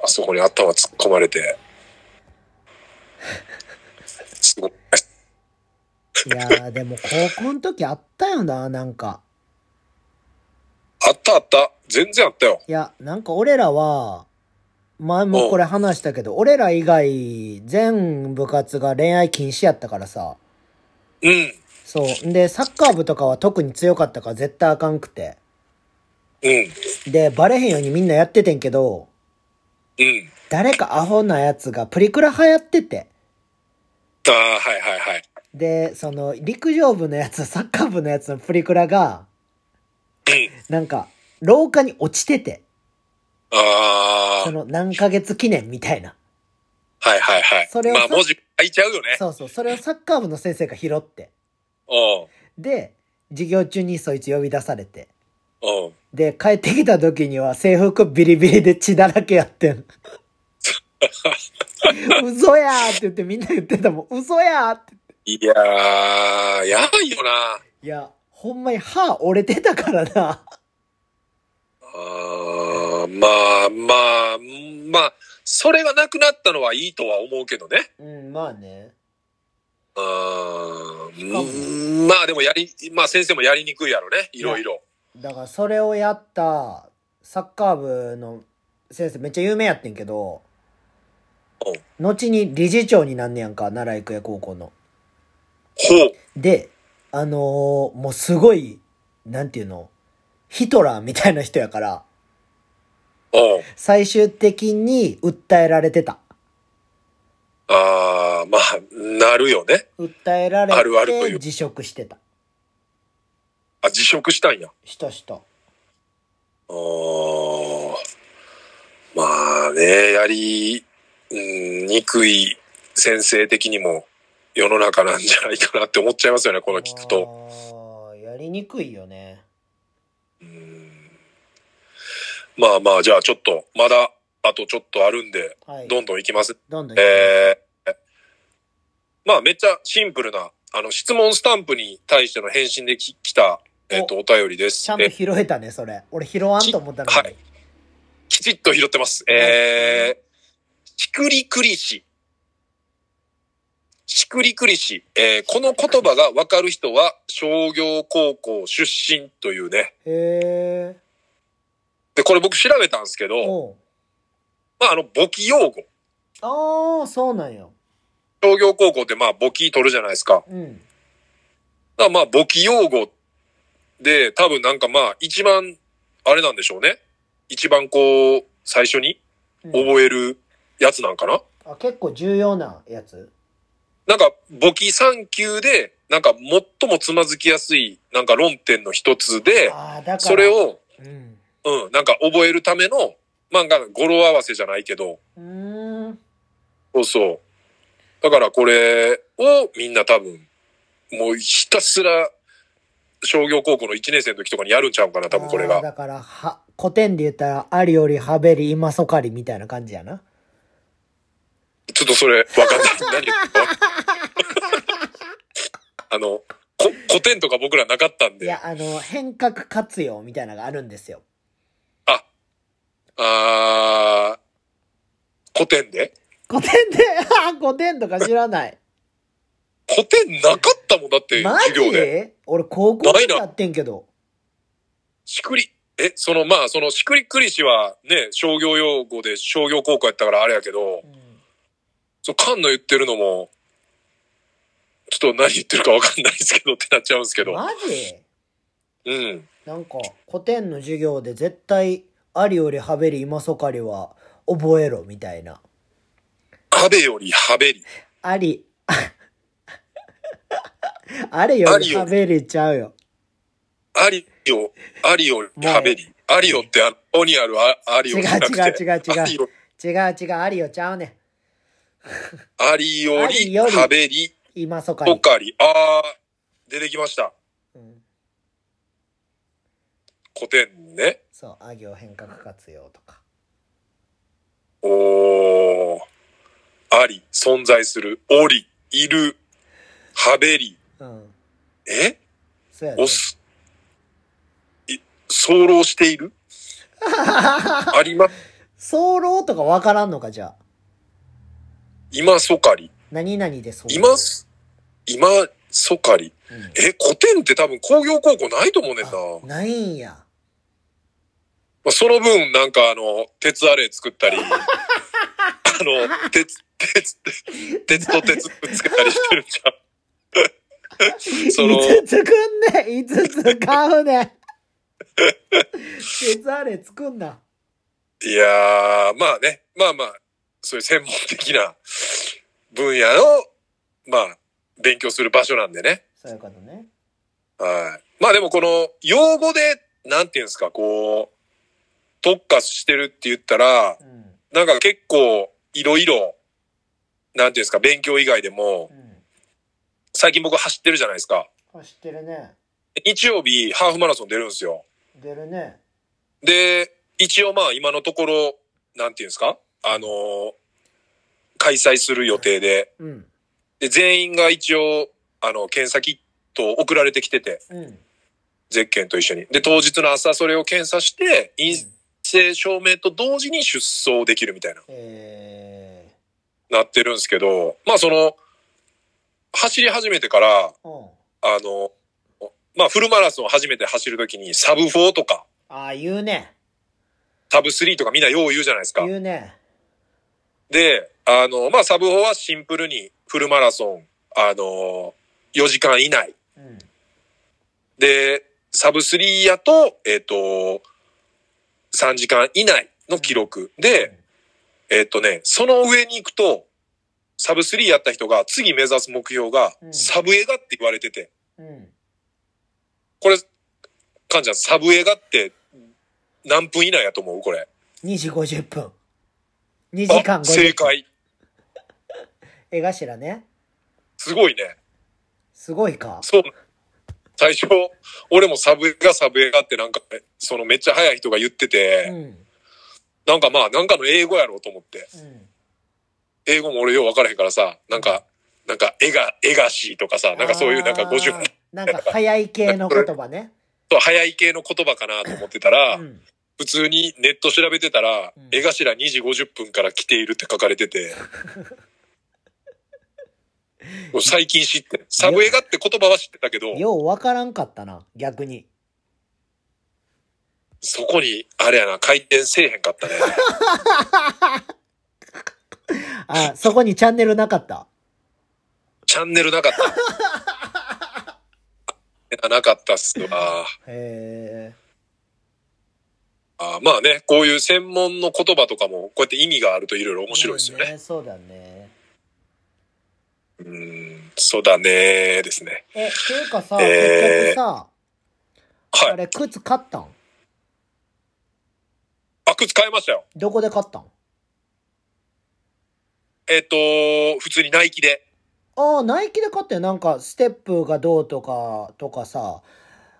あそこに頭突っ込まれて、すごい。いやー、でも高校の時あったよな、なんか。あったあった。全然あったよ。いや、なんか俺らは、前もこれ話したけど、俺ら以外、全部活が恋愛禁止やったからさ。うん。そう。んで、サッカー部とかは特に強かったから絶対あかんくて。うん。で、バレへんようにみんなやっててんけど、うん。誰かアホなやつがプリクラ流行ってて。ああ、はいはいはい。で、その、陸上部のやつ、 サッカー部のやつのプリクラが、うん。なんか、廊下に落ちてて、ああそ。の、何ヶ月記念みたいな。はいはいはい。それをまあさ文字書いちゃうよね。そうそう、それをサッカー部の先生が拾って。うで、授業中にそいつ呼び出されて。ん。うん。で、帰ってきた時には制服ビリビリで血だらけやってん。 嘘やーって言ってみんな言ってたもん。嘘やーって。いやー、やばいよな。いや、ほんまに歯折れてたからな。あーまあまあ、まあ、それがなくなったのはいいとは思うけどね。うん、まあね。あーかもうんまあでもやり、まあ先生もやりにくいやろね。いろいろ。だからそれをやったサッカー部の先生めっちゃ有名やってんけど、うん後に理事長になんねやんか、奈良育英高校の。ほう。で、あのーもうすごい、なんていうの、ヒトラーみたいな人やから、うん。最終的に訴えられてた。あーまあ、なるよね。訴えられてあるあるという辞職してた。あ、辞職したんや。したした。あーまあね、やり、うん、にくい先生的にも世の中なんじゃないかなって思っちゃいますよね、この聞くと。と。やりにくいよね。まあまあ、じゃあちょっと、まだ、あとちょっとあるんで、はい。どんどんいきます。どんどん行きますえーまあめっちゃシンプルな、あの、質問スタンプに対しての返信でき来た、えっ、と、お便りです。ちゃんとえ拾えたね、それ。俺拾わんと思ったのに。はい。きちっと拾ってます。えー、しくりくりし。ししくりくりし、えーこの言葉がわかる人は商業高校出身というね。へえ。で、これ僕調べたんですけど、おうまああの、簿記用語。ああ、そうなんや。商業高校ってまあ簿記取るじゃないですか。うん。だからまあ簿記用語で多分なんかまあ一番、あれなんでしょうね。一番こう、最初にうん覚えるやつなんかな。あ結構重要なやつなんか簿記3級で、なんか最もつまずきやすいなんか論点の一つで、ああ、だから。それ。を、うん。うん、なんか覚えるための、まあ、なんか語呂合わせじゃないけど、うーん。そうそう。だからこれをみんな多分、もうひたすら商業高校の1年生の時とかにやるんちゃうかな、多分これあーが。だから、は、古典で言ったら、ありよりはべり、今そかりみたいな感じやな。ちょっとそれ、わかんない。何言ってるの あの、こ古典とか僕らなかったんいで。や、あの、変革活用みたいなのがあるんですよ。あー、古典で古典で、あー古典とか知らない。古典なかったもんだって、マ授業で。ジ俺、高校生やってんけど。しくり、え、そのまあ、そのしくりくりしはね、商業用語で商業効果やったからあれやけう、どんそう、菅の言ってるのも、ちょっと何言ってるかわかんないですけどってなっちゃうんですけど。マジうん。なんか、古典の授業で絶対、ありよりはべり、今そかりは、覚えろ、みたいな。ハベよりハベり。あり、 あれよりはべりちゃうよ。アリオ、アリオよりハベり。アリオってあの、オにあるアアリオじゃなくて。違う違う違う違うアリオ違う違う、ありよちゃうねアリオアリよりりハベり、ん。今そかポり。カリ。あー、出てきました。うん古典ね。そう、あ行変革活用とか。おー、あり、存在する、おり、いる、はべり、うん。えそうやでお。す、い、早漏し ているありま、早漏とかわからんのか、じゃあ。今そかり、何々で早漏。今す、今そかり。うえ、古典って多分工業高校ないと思うねんな。んないんや。まあ、その分、なんかあの、鉄アレイ作ったり、あの、鉄、鉄、鉄と鉄くっつけたりしてるんちゃうその、 5つくんね !5 つ買うね 鉄あれ作んな。いやー、まあね、まあまあ、そういう専門的な分野の、まあ、勉強する場所なんでね。そういうことね。はい。まあでもこの、用語で、なんていうんですか、こう、特化してるって言ったらう、ん。なんか結構、いろいろ、なんていうんですか、勉強以外でもう、ん。最近僕走ってるじゃないですか。あ知ってるね。日曜日、ハーフマラソン出るんですよ。出るね。で、一応まあ今のところ、なんていうんですか、あのー開催する予定で、うん。で、全員が一応、あの、検査キット送られてきてて、うん。ゼッケンと一緒に。で、当日の朝それを検査して、陰性証明と同時に出走できるみたいな、えなってるんですけど、まあその、走り始めてかー、ら、うん。あの、まあフルマラソン初めて走るときに、サブ4とか、ああ、言うね。サブ3とかみんなよう言うじゃないですか。言うね。で、あの、まあサブ4はシンプルにフルマラソン、あの、4時間以内。うん。で、サブ3やと、えっ、と、3時間以内の記録。で、えっ、とね、その上に行くと、サブ3やった人が次目指す目標がう、んサブ映画って言われてて、うん。これ、かんちゃん、サブ映画って何分以内やと思うこれ。 2時50分。2時間50あ、分。正。解。江頭ね。すごいね。すごいか。そう。最初、俺もサブ映画サブ映画ってなんか、そのめっちゃ早い人が言ってて、うん。なんかまあ、なんかの英語やろうと思って。うん。英語も俺よう分からへんからさ、なんか、なんか、絵が、絵がしとかさ、なんかそういうなんかあー50、なんか早い系の言葉 ね。と早い系の言葉かなと思ってたら、うん。普通にネット調べてたら、うん絵頭2時50分から来ているって書かれてて、最近知って。サブ映画って言葉は知ってたけど、ようわからんかったな、逆に。そこに、あれやな、回転せえへんかったね。あ、そこにチャンネルなかった。チャンネルなかった。なかったっすわ。へあーまあね、こういう専門の言葉とかも、こうやって意味があるといろいろえ。面白いですよね。そうだね。うん、そうだねーですね。え、っていうかさ、え結局ーさ、あはい。れ、靴買ったんあ、靴買いましたよ。どこで買ったんえっ、と、普通にナイキで。ああ、ナイキで買ったよ。なんか、ステップがどうとか、とかさ、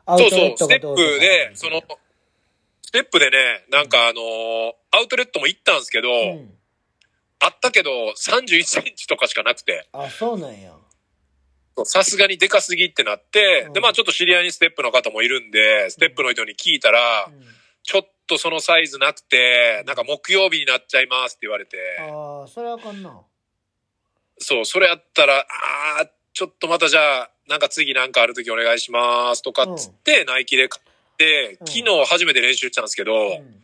アそうそう、ステッどプうとかで、その、ステップでね、なんかあのーアウトレットも行ったんですけど、うん。あったけど、31センチとかしかなくて、あ、そうなんや。さすがにでかすぎってなって、うんで、まあちょっと知り合いにステップの方もいるんで、ステップの人に聞いたら、うんちょっとそのサイズなくて、なんか木曜日になっちゃいますって言われて、ああ、それはあかんな。そう、それやったら、あー、ちょっとまたじゃあ、なんか次なんかある時お願いしますとかっつって、ナイキで買って、うん昨日初めて練習したんですけど、うん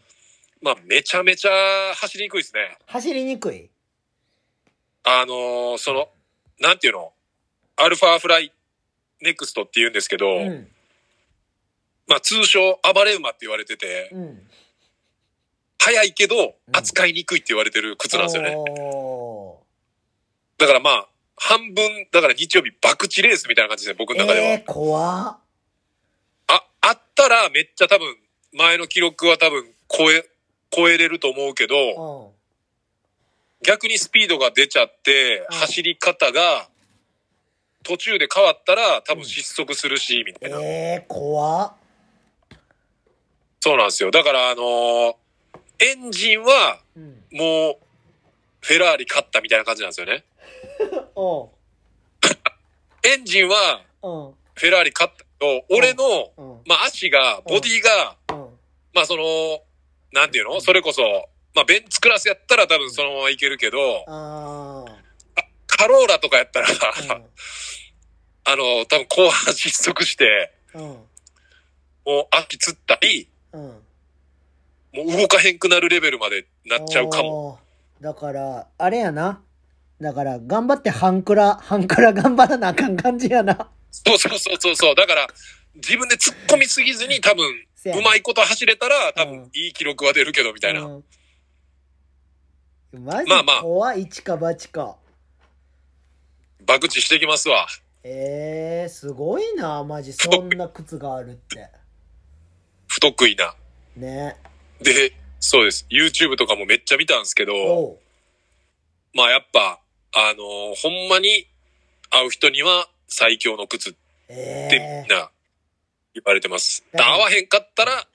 まあめちゃめちゃ走りにくいですね。走りにくい。あのーその、なんていうのアルファフライネクストって言うんですけど、うん。まあ通称暴れ馬って言われてて、うん。速いけど扱いにくいって言われてる靴なんですよね。おだからまあ、半分、だから日曜日爆地レースみたいな感じですね、僕ーの中では。えー、怖っあ、あったらめっちゃ多分、前の記録は多分超え、超えれると思うけど、うん。逆にスピードが出ちゃって、うん走り方が途中で変わったら多分失速するし、みたいな。えー、怖っそうなんですよ。だから、あのーエンジンはうん。もう、フェラーリ勝ったみたいな感じなんですよね。おう。エンジンはうん。うん。フェラーリ勝ったけど、俺の、うん。まあ足が、ボディが、まあその、なんていうのそれこそ、まあベンツクラスやったら多分そのままいけるけど、あカローラとかやったら、 ーあの、多分後半失速して、うん。うん。もう秋つったり、うん。もう動かへんくなるレベルまでなっちゃうかも。も。だから、あれやな。だから、頑張って半クラ、半クラ頑張らなあかん感じやな。そうそうそうそうそう。だから、自分で突っ込みすぎずに多分、せやうなまいこと走れたら、多うん分いい記録は出るけど、みたいな。うんマジまあまあ怖い、一か八か。爆打してきますわ。えー、すごいな、マジ。そんな靴がある って。不得意な。ね。で、そうです。YouTube とかもめっちゃ見たんですけど、おう。まあやっぱ、あのーほんまに会う人には最強の靴ってえみんえな言われてます。だから合わへんかったら、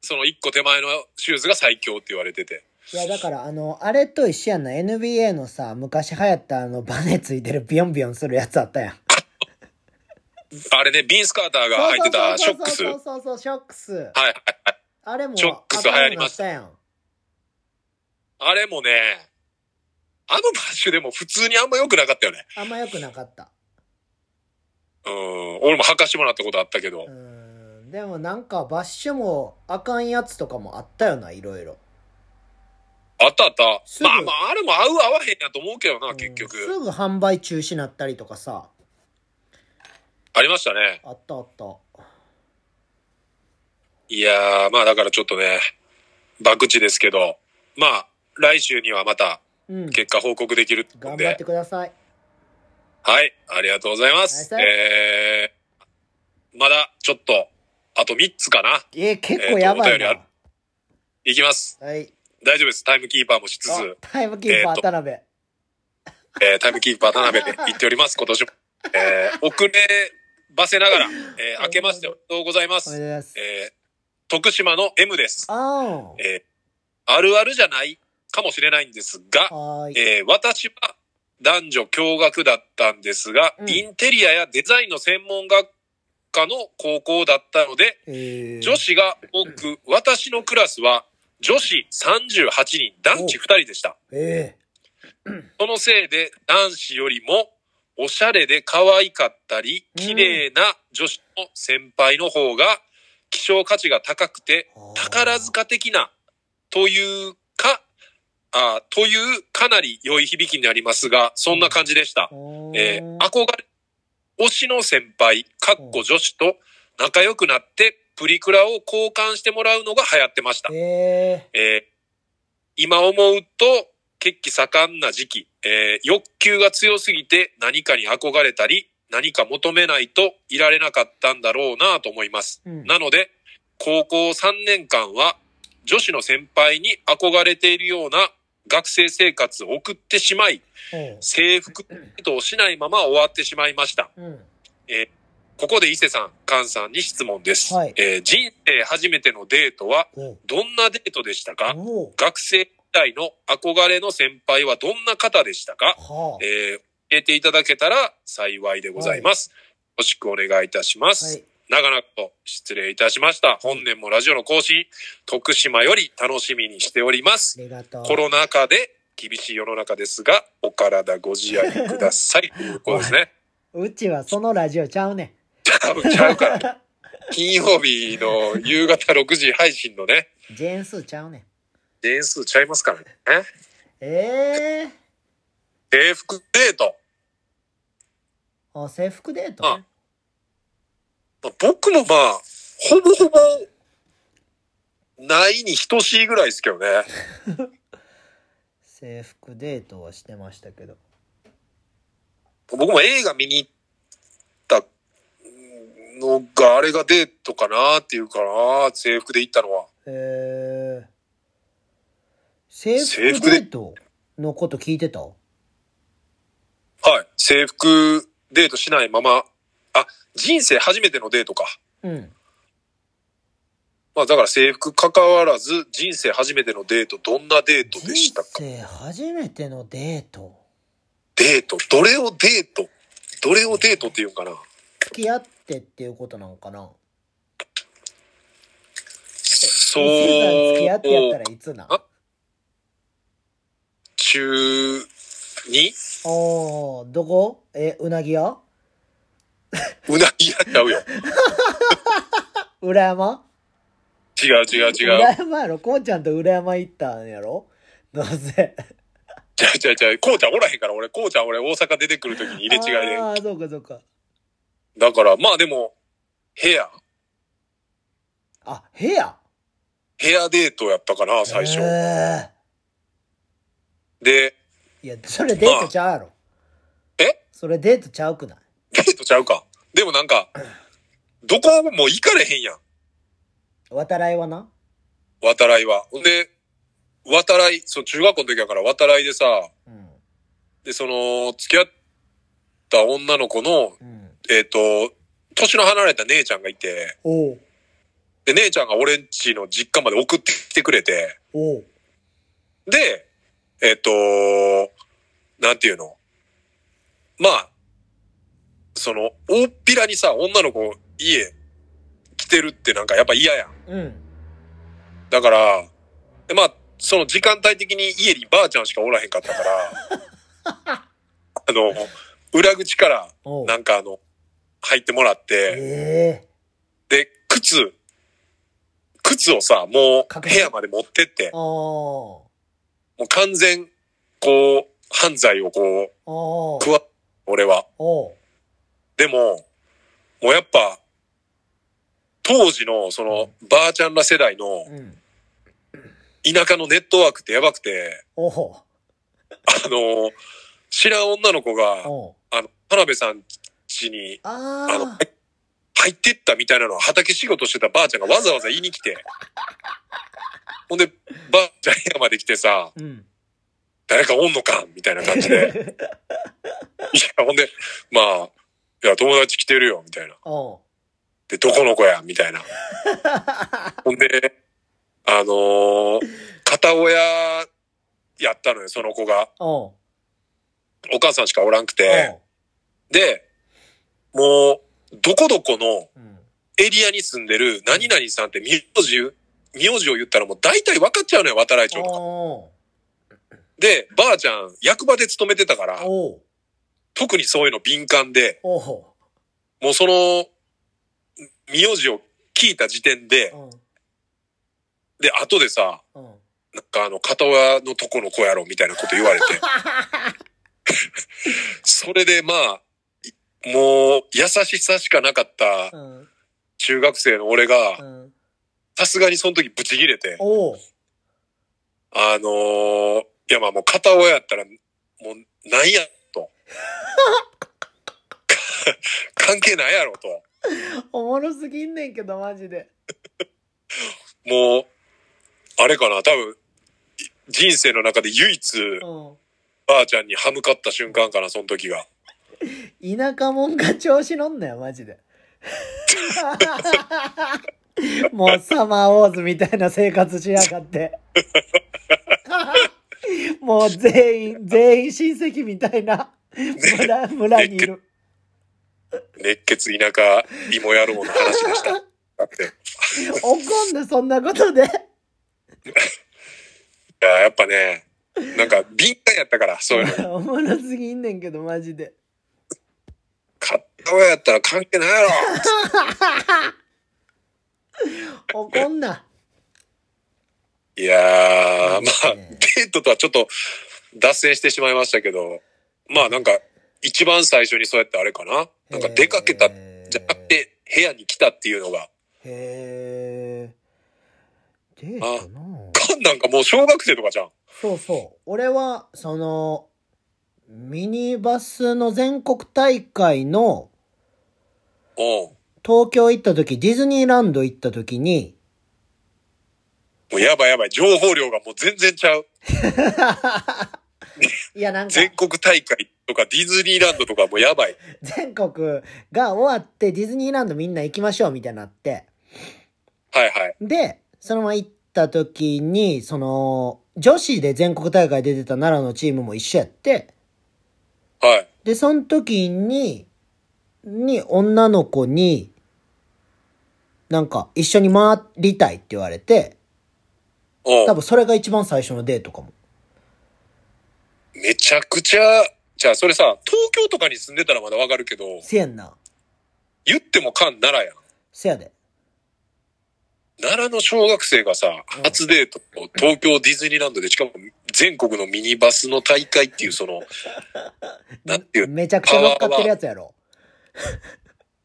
その一個手前のシューズが最強って言われてて。いや、だから、あの、あれと一緒やんな。NBA のさ、昔流行ったあの、バネついてるビヨンビヨンするやつあったやん。あれね、ビンスカーターが履いてたショックス。はいそうそうそうそうそうそう、ショックス。はいはい。あれも、ショックス流行りましあかんようになっあれもね、あのバッシュでも普通にあんま良くなかったよね。たやん。あんま良くなかった。うん。俺も履かしてもらったことあったけどう。ん。でもなんか、バッシュも、あかんやつとかもあったよな、いろいろ。あったあったす。ぐまあまあ、あれも合う合わへんやと思うけどな、結うん局。すぐ販売中止になったりとかさ、ありましたね。あったあった。いやー、まあだからちょっとね、爆地ですけど、まあ、来週にはまたうん。結果報告できるん頑張っでて。ください。はい、ありがとうございます。ありがとうえー、まだちょっと、あと3つかな。えー、結構やばいえーとお便な。いきます。はい。大丈夫です。タイムキーパーもしつつあ、タイムキーパー、えーと田辺。えータイムキーパー田辺 で行っております、今年も。えー遅ればせながら、えー明けましておめでとうございまおめです。とうございます。えー徳島の M です。あーえーあるあるじゃないかもしれないんですが、はーい。えー私は男女共学だったんですが、うんインテリアやデザインの専門学科の高校だったので、えー女子が多く、私のクラスは女子38人、男子2人でした。えそそのせいで男子よりもおしゃれで可愛かったり、うん綺麗な女子の先輩の方が希少価値が高くて、宝塚的なというか、あというかなり良い響きになりますが、そんな感じでした。えー憧れ、推しの先輩、かっこ女子と仲良くなって、プリクラを交換してもらうのが流行ってました。ええー今思うと、血気盛んな時期、えー欲求が強すぎて何かに憧れたり、何か求めないといられなかったんだろうなと思います。ーうんなので、高校3年間は女子の先輩に憧れているような学生生活を送ってしまい、うん制服としないまま終わってしまいました。うんえーここで伊勢さん、菅さんに質問です。はいえー人生初めてのデートはうんどんなデートでしたか、おう学生時代の憧れの先輩はどんな方でしたかはあえー、教えていただけたら幸いでございます。よろしくお願いいたします。はい長々と失礼いたしました。本年もラジオの更新、徳島より楽しみにしておりまあす。りがとうコロナ禍で厳しい世の中ですが、お体ご自愛ください。ということですね。うちはそのラジオちゃうねん多分ちゃうから。金曜日の夕方6時配信のね、ジェーンスーちゃうねん年数ちゃいますからね。ええ制服デート。ー、あ制服デートあまあ僕もまあ、ほぼほぼ、ないに等しいぐらいですけどね。制服デートはしてましたけど僕も映画見に行ったのが、あれがデートかなっていうかな、制服で行ったのは。えー、制制服服でデートのこと聞いてたはい。制服デートしないまま、あ、人生初めてのデートか。うんまあだから制服関わらず、人生初めてのデート、どんなデートでし人たか生初めてのデートデート、どれをデート、どれをデートっていうんかな。付き合ってっていうことなんかなそう。伊勢さん付き合ってやったらいつなんあ中 2? おーどこえうなぎ屋うなぎやっちゃうよ。裏山違う違う違う。違裏山やろこうちゃんと裏山行ったんやろどうせう違う違う。こうちゃんおらへんから、俺、こうちゃん俺大阪出てくるときに入れ違いで。ああそうかそうかだから、まあでも、ヘア、あ部屋ヘアデートやったかな、最初。えで、ーいやそれデートちゃうやろえそれデートちゃうくないデートちゃうか。でもなんか、どこも行かれへんやん。渡来はな渡来は。ほんで、渡来、そう、中学校の時やから渡来でさ、うんで、その、付き合った女の子の、うんえっ、と、年の離れた姉ちゃんがいて、おうで、姉ちゃんが俺んちの実家まで送ってきてくれて、おうで、えっ、と、なんていうのまあ、その、大っぴらにさ、女の子家来てるってなんかやっぱ嫌やん。うんだから、でまあ、その時間帯的に家にばあちゃんしかおらへんかったから、あの、裏口からおうなんかあの、入ってもらって、えで、靴、靴をさ、もう隠部す屋まで持ってってえ、あもう完全、こう、犯罪をこああう、くわ、俺は。おうでも、もうやっぱ、当時の、その、ばあちゃんら世代のうん田舎のネットワークってやばくて、おうあの、知らん女の子が、おうあの、田辺さん家に、ああのあ、入ってったみたいなのを畑仕事してたばあちゃんがわざわざ言いに来て、ほんで、ばあちゃん部屋まで来てさ、うん誰かおんのかみたいな感じで。い や、ほんで、まあ、いや、友達来てるよ、みたいな。 おうで、どこの子や、みたいな。ほんで、あのー片親やったのよ、その子が。おうお母さんしかおらんくて。おで、もう、どこどこのううんエリアに住んでる何々さんって名字、名字を言ったらもう大体分かっちゃうのよ、渡来町とか。おうで、ばあちゃん、役場で勤めてたから、おう特にそういうの敏感で、おうもうその、名字を聞いた時点でう、んで、後でさ、うんなんかあの、片親のとこの子やろ、みたいなこと言われ て、それでまあ、いもう、優しさしかなかったうん中学生の俺がう、んさすがにその時ブチ切れて、おうあのーいやまあもう片親やったら、もう、なんや、と。 関係ないやろ、と。おもろすぎんねんけどマジでもう、あれかな、多分、人生の中で唯一、うんばあちゃんに歯向かった瞬間かな、その時 が。田舎もんが調子乗んなよマジでもうサマーウォーズみたいな生活しやがってもう全員全員親戚みたいな村村にいる熱血田舎芋野郎の話でした。だって。い怒んでそんなことでや、やっぱね、なんか敏感やったから、そういうの。おもろすぎんねんけどマジで片親やったら関係ないやろ怒んないやー、まあ、いいですねデートとはちょっと脱線してしまいましたけど、まあなんか、一番最初にそうやってあれかななんか出かけた、じへーゃなくて、部屋に来たっていうのが、へえデートなかんなんかもう小学生とかじゃん。そうそう俺はそのミニバスの全国大会のうん。東京行った時ディズニーランド行った時にもうやばいやばい、情報量がもう全然ちゃう。いやなんか全国大会とかディズニーランドとかもうやばい。全国が終わってディズニーランドみんな行きましょうみたいになってはいはい。で、そのまま行った時に、その、女子で全国大会出てた奈良のチームも一緒やって、はい。で、その時に、に、女の子に、なんか、一緒に回りたいって言われて、うん。多分それが一番最初のデートかも。めちゃくちゃ、じゃあそれさ、東京とかに住んでたらまだわかるけど、せやんな。言ってもかん奈良やん。せやで。奈良の小学生がさ、うん初デート、東京ディズニーランドで、しかも全国のミニバスの大会っていう、その、なんていう、めちゃくちゃ乗っかってるやつやろ。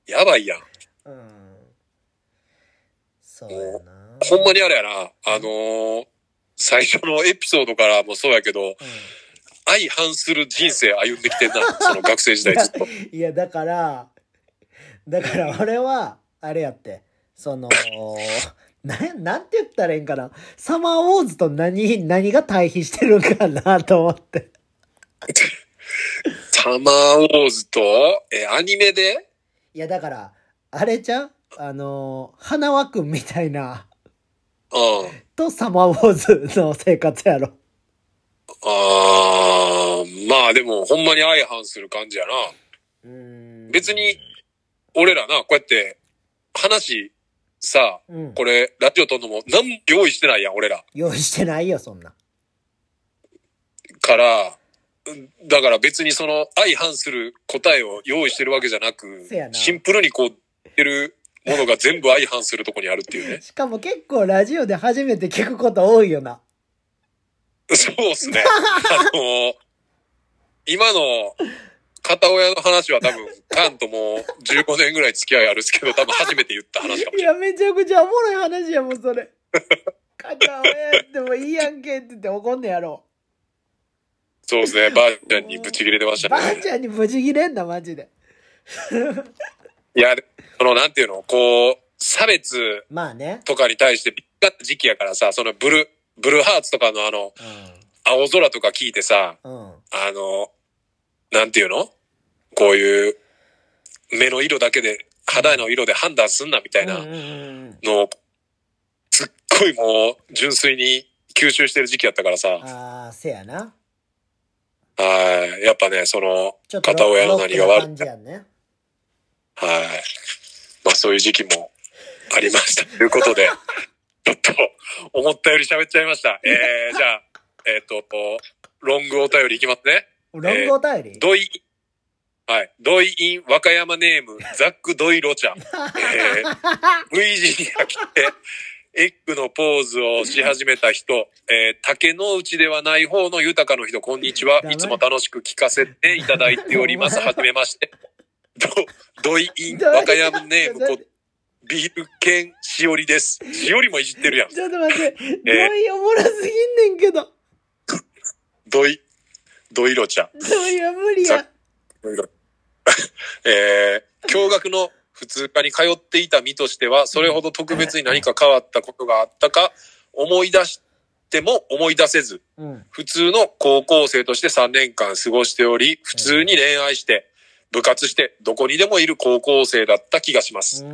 やばいやん。うん。そうやな。ほんまにあれやな、あのー最初のエピソードからもそうやけど、うん相反する人生歩んできてんな、その学生時代ずっと。 いや、だから、だから俺は、あれやって、その、な、なんて言ったらいいんかな。サマーウォーズと何、何が対比してるんかなと思って。サマーウォーズと、え、アニメでいや、だから、あれじゃんあの、花輪くんみたいな、うん。とサマーウォーズの生活やろ。あー、まあでも、ほんまに相反する感じやな。うん別に、俺らな、こうやって、話、さ、うん。これ、ラジオ撮んのも、何も用意してないやん、俺ら。用意してないよ、そんな。から、うんだから別にその、相反する答えを用意してるわけじゃなくせや、なシンプルにこう、言ってるものが全部相反するとこにあるっ ていうね。しかも結構ラジオで初めて聞くこと多いよな。そうっすね。あの、今の、片親の話は多分、カンともう15年ぐらい付き合いあるんですけど、多分初めて言った話かもいしれない。や、めちゃくちゃおもろい話やもん、それ。片親でもいいやんけって言って怒んねやろ。そうですね。ばあちゃんにブチ切れてましたばね。あちゃんに無事切れんな、マジで。いや、その、なんていうの、こう、差別まあね。とかに対して、ビッカった時期やからさ、そのブルー、ブルーハーツとかのあの、青空とか聞いてさ、うん。うん。あの、なんていうのこういう、目の色だけで、肌の色で判断すんなみたいなうんうんうん。のを、すっごいもう、純粋に吸収してる時期やったからさ、はああ、せやな。い。やっぱね、そのちょっ、とロ片親の何がロックな悪い感。じやんね。はい。まあそういう時期もありました。ということで、 ちょっと思ったより喋っちゃいました。えー、じゃあ、えっ、と、ロングお便りいきますね。ロングお便り、ドイ、はい。ドイイン和歌山ネーム、ザック・ドイロちゃん。えー、V 字に飽きて、エッグのポーズをし始めた人、えー、竹の内ではない方の豊かの人、こんにちは黙。れいつも楽しく聞かせていただいております。はじめまして。ド、ドイイン和歌山ネーム、こビール犬しおりです。しおりもいじってるやん。ちょっと待って、ドイおもろすぎんねんけど。ドイ、ドイロちゃん。ドイは無理や。いろいろ えー、驚愕の普通科に通っていた身としては、それほど特別に何か変わったことがあったか、思い出しても思い出せず、うん。普通の高校生として3年間過ごしており、普通に恋愛して、部活して、どこにでもいる高校生だった気がします。う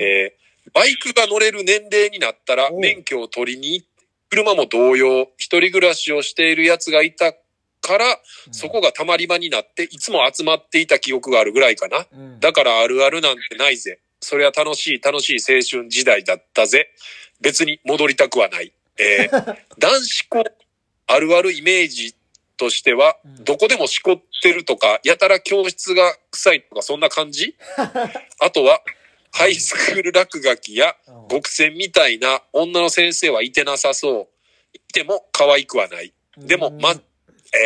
えーバイクが乗れる年齢になったらおう免許を取りに行って、車も同様、一人暮らしをしている奴がいたから、そこがたまり場になって、いつも集まっていた記憶があるぐらいかな。ん。だからあるあるなんてないぜ。それは楽しい楽しい青春時代だったぜ。別に戻りたくはない。 えー男子校あるあるイメージとしてはうん、どこでもしこってるとか、やたら教室が臭いとか、そんな 感じあとは、ハイスクール落書きやう極戦みたいな女の先生はいてなさそう。いても可愛くはない。んでも、ま、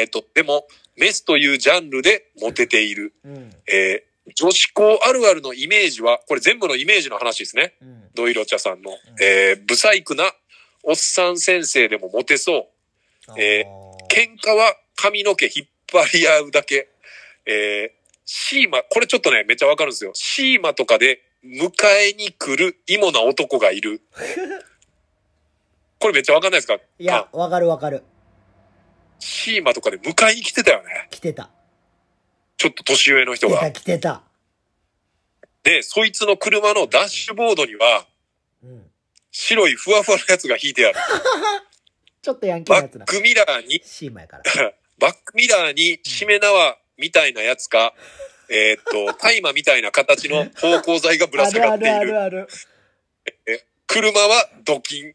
えっ、と、でも、メスというジャンルでモテている。うん。えー女子校あるあるのイメージは、これ全部のイメージの話ですね。うん。ドイロチャさんの。えー、ブサイクなおっさん先生でもモテそう。え喧嘩は髪の毛引っ張り合うだけ。えー、シーマ、これちょっとね、めっちゃわかるんですよ。シーマとかで迎えに来るイモな男がいる。これめっちゃわかんないですかいや、わかるわかる。シーマとかで迎えに来てたよね。来てた。ちょっと年上の人来てがた、。来てた。で、そいつの車のダッシュボードには、うん。白いふわふわのやつが引いてある。ちょっとヤンキーバなやつッだ。クミラーに、シーマやから。バックミラーに締め縄みたいなやつか、えーっと、大麻みたいな形の芳香剤がぶらあ下るがあっているある。るある。車はドキン。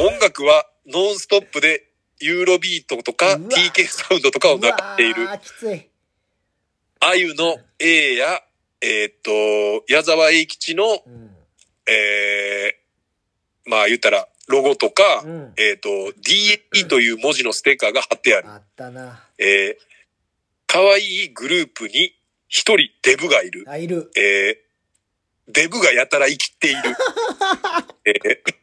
音楽はノンストップでユーロビートとかうわ TK サウンドとかを流っているうわ。ーきつい。あゆの A や、えーっと、矢沢永吉の、うん。えー、まあ言ったら、ロゴとか、うん。えーっと、DE という文字のステッカーが貼ってある。あったな。えー、可愛いグループに一人デブがいる。あ、いる。えー、デブがやたら生きてい る。えー、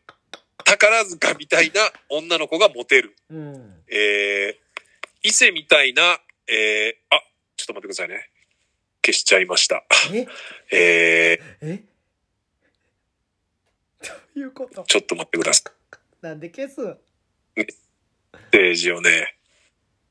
宝塚みたいな女の子がモテる。うん。えー、伊勢みたいな、えー、あ、ちょっと待ってくださいね。消しちゃいました。ええー、え どういうことちょっと待ってください。なんで消すメッセージをね、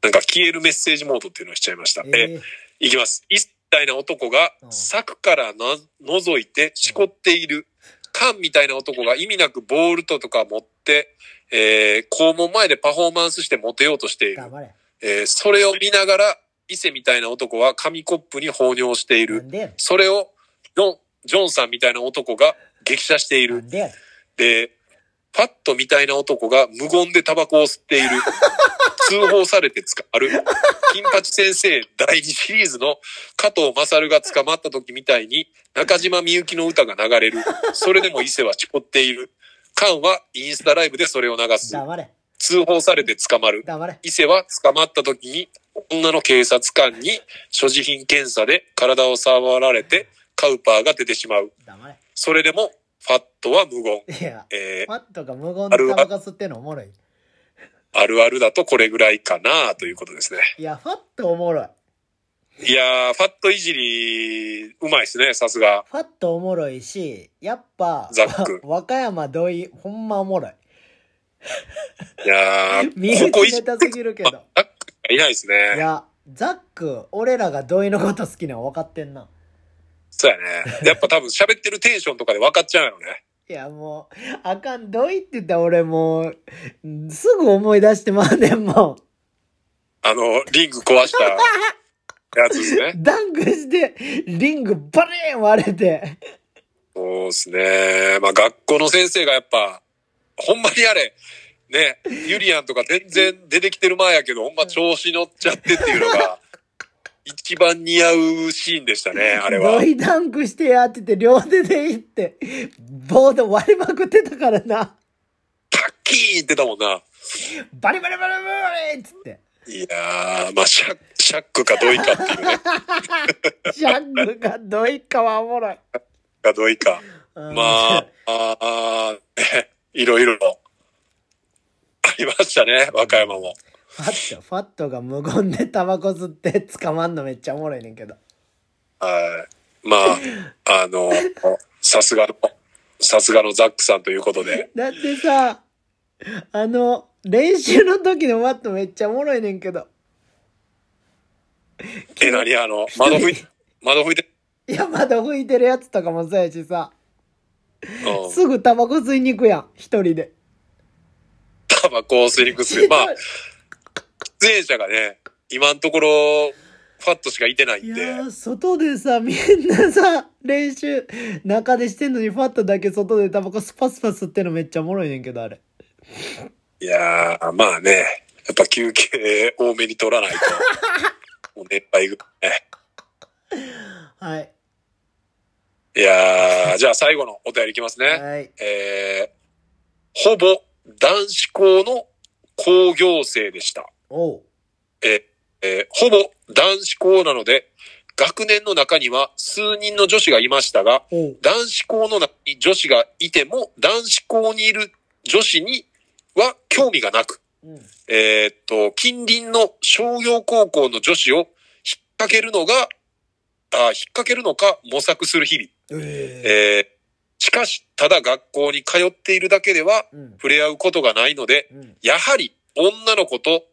なんか消えるメッセージモードっていうのをしちゃいました。えーえーいきます。一体な男がうん柵からの覗いてしこっている。缶みたいな男が意味なくボールトとか持って、えー、肛門前でパフォーマンスしてモテようとしている。黙れ。えー、それを見ながら、伊勢みたいな男は紙コップに放尿していなる。んでやねそれを、ジョン、ジョンさんみたいな男が激写していんなる。んでやねんで、パットみたいな男が無言でタバコを吸っている。通報されて捕まる。金八先生第2シリーズの加藤勝が捕まった時みたいに中島みゆきの歌が流れる。それでも伊勢は絞っている。カンはインスタライブでそれを流す。黙れ。通報されて捕まる。黙れ。伊勢は捕まった時に女の警察官に所持品検査で体を触られてカウパーが出てしまう。黙れ。それでもファットは無言。いや、えーパッとか無言でタバコ吸ってんのおもろい。あるあるだとこれぐらいかなということですね。いや、ファッとおもろい。いやー、ファットいじり、うまいですね、さすが。ファッとおもろいし、やっぱザック、 わ和歌山同意、ほんまおもろい。いや身ー、ここい内じネってタすぎるけど。いないですいね。や、ザック、俺らが同意のこと好きなの分かってんな。そうやね。やっぱ多分喋ってるテンションとかで分かっちゃうよね。いや、もう、あかん、同意って言ったら俺もう、すぐ思い出してまうねんもん。あの、リング壊したやつです ね。ダンクして、リングバレーン割れて。そうですね。まあ学校の先生がやっぱ、ほんまにあれ、ね、ユリアンとか全然出てきてる前やけど、ほんま調子乗っちゃってっていうの が、一番似合うシーンでしたね、あれはロ。イダンクしてやってて、両手でいって、棒で割れまくってたからな。パッキーンってたもんな。バリバリバリバリっつって。いやー、まあ、シャッシャックかドイかっていうね、ジャングがどいかはおもろい。かドイか。うん まあ、ああね、いろいろありましたね、和歌山も。ファット、ファットが無言でタバコ吸って捕まんのめっちゃおもろいねんけど。はい。まあ、あの、さすがの、さすがのザックさんということで。だってさ、あの、練習の時のファットめっちゃおもろいねんけど。え、何あの、窓拭い、窓拭いて、いや、まだ吹いてるやつとかもそうやしさ、うん、すぐタバコ吸いに行くやん、一人で。タバコを吸いに行くっすけどまあ、出演者がね、今のところ、ファットしかいてないいんでや、ー、外でさ、みんなさ、練習、中でしてんのに、ファットだけ外でタバコスパスパ吸ってんのめっちゃおもろいねんけど、あれ。いやー、まあね、やっぱ休憩多めに取ら ないと、もう年配ぐらいね。はい。いやー、じゃあ最後のお便りいきますね。はい。えー、ほぼ男子校の工業生でした。おう。えーえーほぼ男子校なので、学年の中には数人の女子がいましたが、おう。男子校の中に女子がいても、男子校にいる女子には興味がなく、うん。えーっと、近隣の商業高校の女子を引っ掛けるのが、あ引っ掛けるのか模索する日々。ええーしかし、ただ学校に通っているだけではー、うん。触れ合うことがないので、うん。やはり女の子と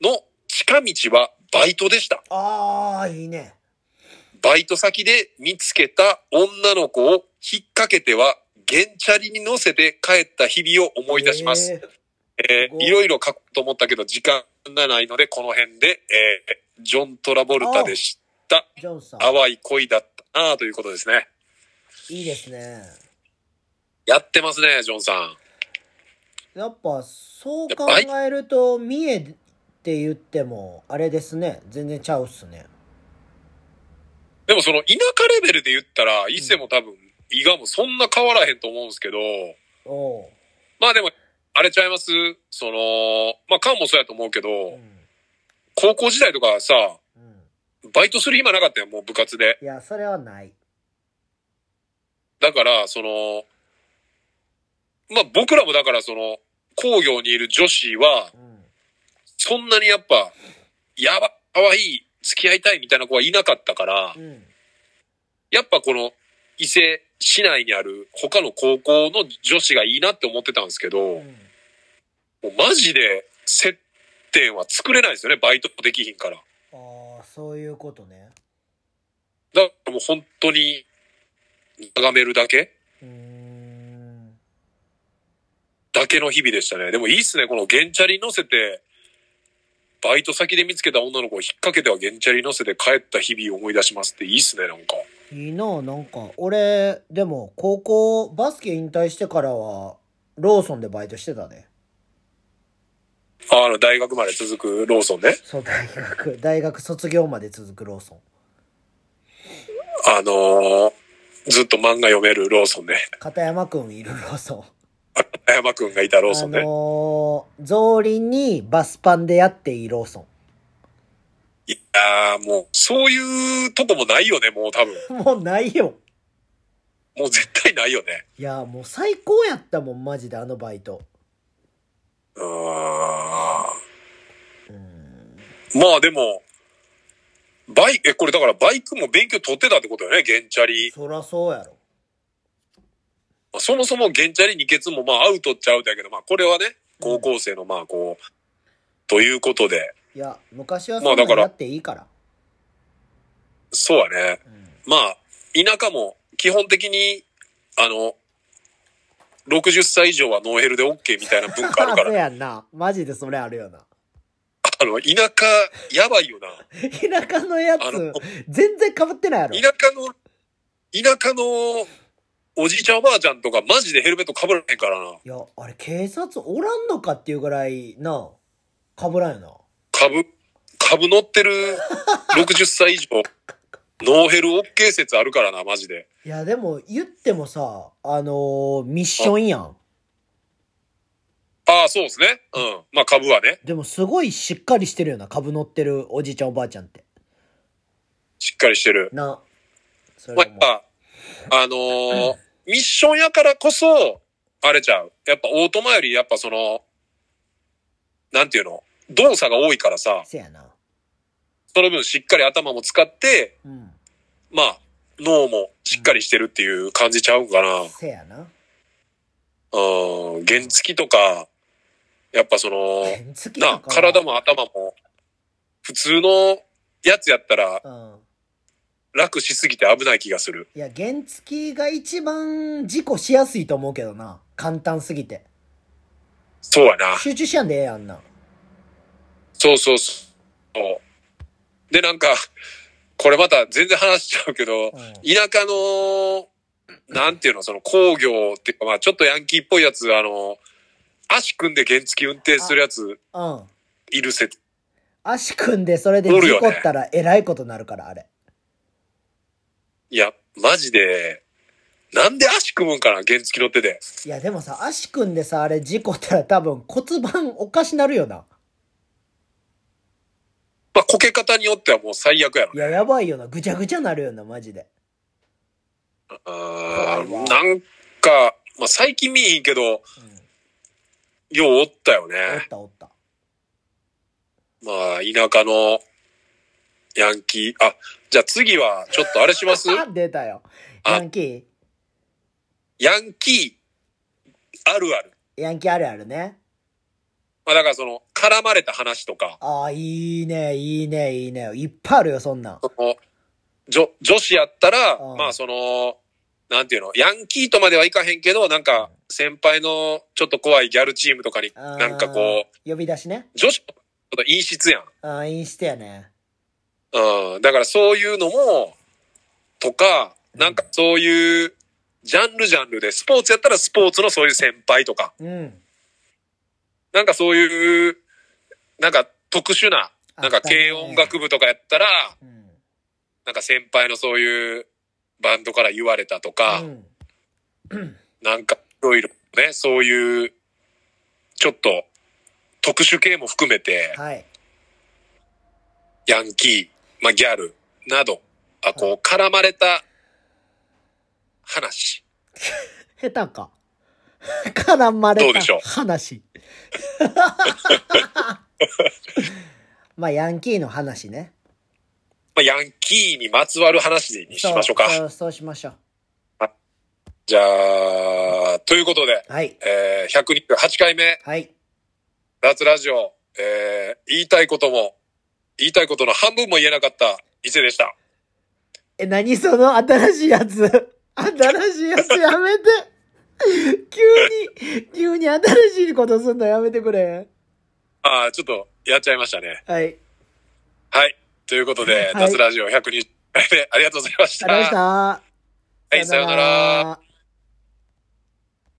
の近道はバイトでした。ああ、いいね。バイト先で見つけた女の子を引っ掛けては、ゲンチャリに乗せて帰った日々を思い出します。えーすえごーいいろいろ書くと思ったけど、時間がないので、この辺で、えージョン・トラボルタでした。ジョンさん。淡い恋だったなあということですね。いいですね。やってますね、ジョンさん。やっぱ、そう考えると、三重って言っても、あれですね。全然ちゃうっすね。でもその田舎レベルで言ったら、伊勢も多分、伊賀もそんな変わらへんと思うんですけど、おう。まあでも、あれちゃいますその、まあ関もそうやと思うけど、うん。高校時代とかさ、うん。バイトする暇なかったよ、もう部活で。いや、それはない。だから、その、まあ僕らもだからその、工業にいる女子はう、ん。そんなにやっぱ、やば、可愛い、付き合いたいみたいな子はいなかったからう、ん。やっぱこの、伊勢市内にある他の高校の女子がいいなって思ってたんですけど、うんもうマジで接点は作れないですよね、バイトできひんから。ああ、そういうことね。だからもう本当に、眺めるだけうーん。だけの日々でしたね。でもいいっすね、このゲンチャリ乗せて、バイト先で見つけた女の子を引っ掛けてはゲンチャリ乗せて帰った日々を思い出しますっていいっすね、なんか。いいな、なんか。俺、でも、高校、バスケ引退してからは、ローソンでバイトしてたね。ああの、大学まで続くローソンね。そう、大学、大学卒業まで続くローソン。あのーずっと漫画読めるローソンね。片山くんいるローソン。山くんがいたローソンね。あのー、草履にバスパンでやっていいローソいやーもう、そういうとこもないよね、もう多分。ン。もうないよ。もう絶対ないよね。いや、もう最高やったもん、マジで、あのバイト。うーん。うーん。まあでも、バイク、え、これだからバイクも勉強取ってたってことよね、ゲンチャリ。そらそうやろ。まあそもそもゲンチャリ二欠もまあアウトっちゃアウトやけど、まあこれはね、高校生のまあこう、ということで、いや、昔はまそあんなだかんらやっていいから。そうやね。うんまあ、田舎も基本的に、あの、60歳以上はノーヘルで OK みたいな文化あるか そうら、やんな。マジでそれあるよな。あの、田舎、やばいよな。田舎のやあのつ、全然被ってないやろ。田舎の、田舎のおじいちゃんおばあちゃんとかマジでヘルメット被らへんからな。いや、あれ、警察おらんのかっていうぐらい、な、かぶらんよな。株、株乗ってる 60歳以上、ノーヘル OK 説あるからな、マジで。いや、でも、言ってもさ、あのーミッションやん。ああ、そうですね。うん。まあ株はね、でも、すごいしっかりしてるよな、株乗ってるおじいちゃんおばあちゃんって。しっかりしてる。な。そまあれやっも。ぱ、あのーミッションやからこそ、あれちゃう。やっぱオートマより、やっぱその、なんていうの動作が多いからさ、せやな。その分しっかり頭も使って、うん。まあ、脳もしっかりしてるっていう感じちゃうんかな。せやな。うん、原付とか、やっぱその、好きな、だから体。も頭も、普通のやつやったらうん。楽しすぎて危ない気がする。いや、原付きが一番事故しやすいと思うけどな。簡単すぎて。そうやな。集中しやんでええやんな。そうそうそう。で、なんか、これまた全然話しちゃうけど、うん。田舎の、なんていうの、その工業っていうか、まあちょっとヤンキーっぽいやつ、あの、足組んで原付運転するやつうん。いる説。足組んでそれでおるよ事ね故ったらえらいことになるから、あれ。いや、マジで、なんで足組むんかな、原付乗ってて。いや、でもさ、足組んでさ、あれ事故ったら多分骨盤おかしなるよな。まあこけ方によってはもう最悪やろい。や、やばいよな。ぐちゃぐちゃなるよな、マジで。あ怖いわーなんか、まあ最近見えへんけど、うん。ようおったよおっね。たおった。まあ、田舎のヤンキー。あ、じゃあ次は、ちょっとあれしますあ、 出たよ。あヤンキヤンキーあるある。ーヤンキーあるあるね。まあだからその、絡まれた話とか、ああ、いいね、いいね、いいね。いっぱいあるよ、そんなん。その、女、女子やったら、うんまあその、なんていうの、ヤンキーとまではいかへんけど、なんか、先輩のちょっと怖いギャルチームとかに、あーなんかこう、呼び出しね。女子、ちょっと陰湿やん。ああ、インスタやね。うん、だからそういうのも、とか、なんかそういう、ジャンルジャンルで、スポーツやったらスポーツのそういう先輩とか、うん。なんかそういう、なんか特殊な、なんか軽音楽部とかやったら、うん。なんか先輩のそういうバンドから言われたとか、うん。なんかいろいろね、そういう、ちょっと特殊系も含めて、はい。ヤンキー、まあ、ギャルなど、あ、こう、絡まれた話。下手か。 絡まれたどうでしょう 話。 まあ、ヤンキーの話ね。まあ、ヤンキーにまつわる話にしましそょうか。う、そうしましょう。じゃあ、ということで、はい。えー、128回目、はい。脱ラジオ、えー、言いたいことも、言いたいことの半分も言えなかった伊勢でした。え、何その新しいやつ新しいやつやめて急に、急に新しいことすんのやめてくれ。ああ、ちょっと、やっちゃいましたね。はい。はい。ということで、はい脱ラジオ120回目、ありがとうございましありがとうございました。はいさようなら。